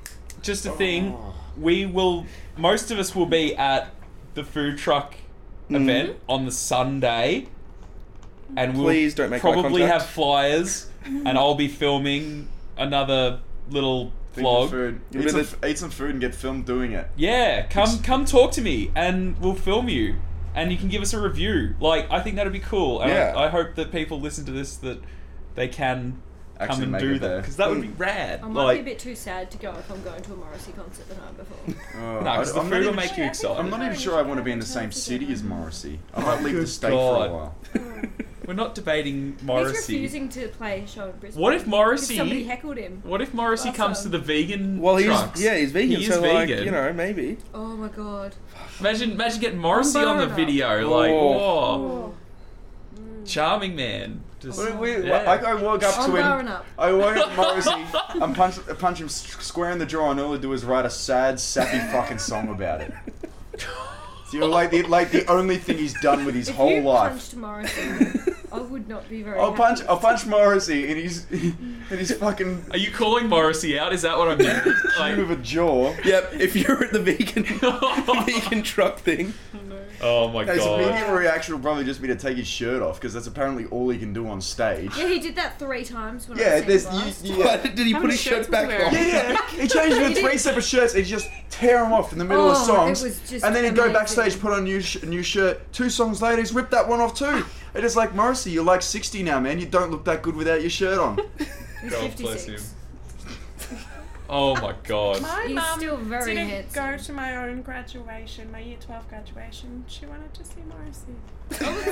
Speaker 1: just a thing, we will. Most of us will be at the food truck
Speaker 5: Mm-hmm.
Speaker 1: event on the Sunday, and we'll
Speaker 5: Please don't make eye
Speaker 1: probably
Speaker 5: contact.
Speaker 1: have flyers, and I'll be filming another little
Speaker 2: Think of
Speaker 1: vlog.
Speaker 2: food.
Speaker 5: You
Speaker 2: Eat some,
Speaker 5: really-
Speaker 2: f- eat some food and get filmed doing it.
Speaker 1: Yeah, come come talk to me, and we'll film you, and you can give us a review. Like I think that'd be cool, and
Speaker 5: Yeah.
Speaker 1: I, I hope that people listen to this that they can.
Speaker 2: Actually
Speaker 1: come and
Speaker 2: make
Speaker 1: do
Speaker 2: it
Speaker 1: that
Speaker 2: there.
Speaker 1: because that would
Speaker 5: Hmm.
Speaker 1: be rad.
Speaker 3: I might
Speaker 1: like,
Speaker 3: be a bit too sad to go if I'm going to a Morrissey concert the night before.
Speaker 2: Oh,
Speaker 1: No, 'cause
Speaker 2: I-
Speaker 1: the
Speaker 2: I'm
Speaker 1: food
Speaker 2: not
Speaker 1: will
Speaker 2: even
Speaker 1: make
Speaker 2: sure-
Speaker 1: you
Speaker 4: I think
Speaker 1: excited.
Speaker 2: I'm not even sure I want to be in the same city as Morrissey. I might leave the
Speaker 1: Good
Speaker 2: state for
Speaker 1: God.
Speaker 2: a while.
Speaker 1: We're not debating
Speaker 3: He's
Speaker 1: Morrissey.
Speaker 3: refusing to play a show in Brisbane.
Speaker 1: What if
Speaker 3: Because somebody
Speaker 1: Morrissey?
Speaker 3: heckled him.
Speaker 1: What if Morrissey
Speaker 4: Awesome.
Speaker 1: comes to the vegan
Speaker 5: Well, he's
Speaker 1: trucks?
Speaker 5: yeah, he's vegan,
Speaker 1: He is
Speaker 5: so like
Speaker 1: vegan.
Speaker 5: you know maybe.
Speaker 3: Oh my god.
Speaker 1: Imagine, imagine getting Morrissey on the
Speaker 3: Barnum.
Speaker 1: video. Like, whoa,
Speaker 4: Oh.
Speaker 3: Mm.
Speaker 1: charming man. Just
Speaker 2: What if we-
Speaker 1: Yeah.
Speaker 2: like, I woke up
Speaker 3: I'm
Speaker 2: to him.
Speaker 3: barring up.
Speaker 2: I woke up Morrissey. I'm punch, I punch him s- square in the jaw, and all I do is write a sad, sappy fucking song about it. So you're like the like the only thing he's done with his
Speaker 3: If
Speaker 2: whole
Speaker 3: you
Speaker 2: life.
Speaker 3: punched Morrissey, I would not be very
Speaker 2: I'll
Speaker 3: happy.
Speaker 2: punch I'll punch Morrissey in his in his fucking
Speaker 1: Are you calling Morrissey out? Is that what I'm doing?
Speaker 2: cube of
Speaker 1: Like,
Speaker 2: a jaw.
Speaker 5: Yep, if you're at the vegan vegan truck thing,
Speaker 1: oh my
Speaker 2: His
Speaker 1: god.
Speaker 2: immediate reaction will probably just be to take his shirt off because that's apparently all he can do on stage.
Speaker 3: Yeah, he did that three times when I
Speaker 2: Yeah,
Speaker 3: seen
Speaker 2: there's
Speaker 3: him last.
Speaker 2: you,
Speaker 5: but
Speaker 2: yeah.
Speaker 5: did he
Speaker 6: How
Speaker 5: put
Speaker 6: many
Speaker 5: his
Speaker 6: shirts
Speaker 5: shirt back
Speaker 6: was he
Speaker 5: on?
Speaker 2: Yeah, yeah. He changed
Speaker 3: He
Speaker 2: into
Speaker 3: did.
Speaker 2: three separate shirts. He'd just tear them off in the middle of
Speaker 3: Oh, it
Speaker 2: songs,
Speaker 3: was just
Speaker 2: and then he'd go
Speaker 3: amazing.
Speaker 2: backstage, put on new sh- new shirt. Two songs later, he's ripped that one off too. It is like Morrissey, you're like 60 now, man. You don't look that good without your shirt on.
Speaker 3: He's
Speaker 1: God
Speaker 3: 56.
Speaker 1: bless him. Oh my god.
Speaker 4: My
Speaker 3: He's
Speaker 4: mum
Speaker 3: still very
Speaker 4: didn't
Speaker 3: handsome.
Speaker 4: go to my own graduation, my year 12 graduation. She wanted to see Morrissey.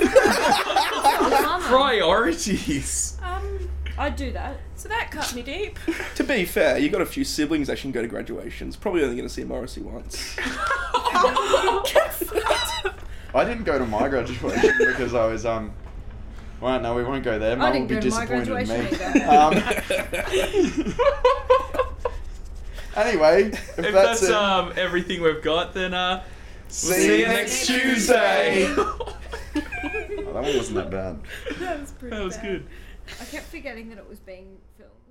Speaker 3: Right.
Speaker 1: Priorities.
Speaker 4: Um,
Speaker 3: I'd do that.
Speaker 4: so that cut me deep.
Speaker 5: To be fair, you got a few siblings that can go to graduations. Probably only going to see Morrissey once.
Speaker 2: I didn't go to my graduation because I was um. Right, no, we won't go there. Mum will
Speaker 3: didn't
Speaker 2: be
Speaker 3: go to my
Speaker 2: disappointed in me.
Speaker 3: graduation
Speaker 2: Um, anyway, if,
Speaker 1: if
Speaker 2: that's,
Speaker 1: that's
Speaker 2: it,
Speaker 1: um, everything we've got, then uh,
Speaker 2: see,
Speaker 1: see you next Tuesday.
Speaker 2: Oh, that one wasn't that bad.
Speaker 4: That was pretty
Speaker 1: that was
Speaker 4: bad.
Speaker 1: good.
Speaker 3: I kept forgetting that it was being filmed.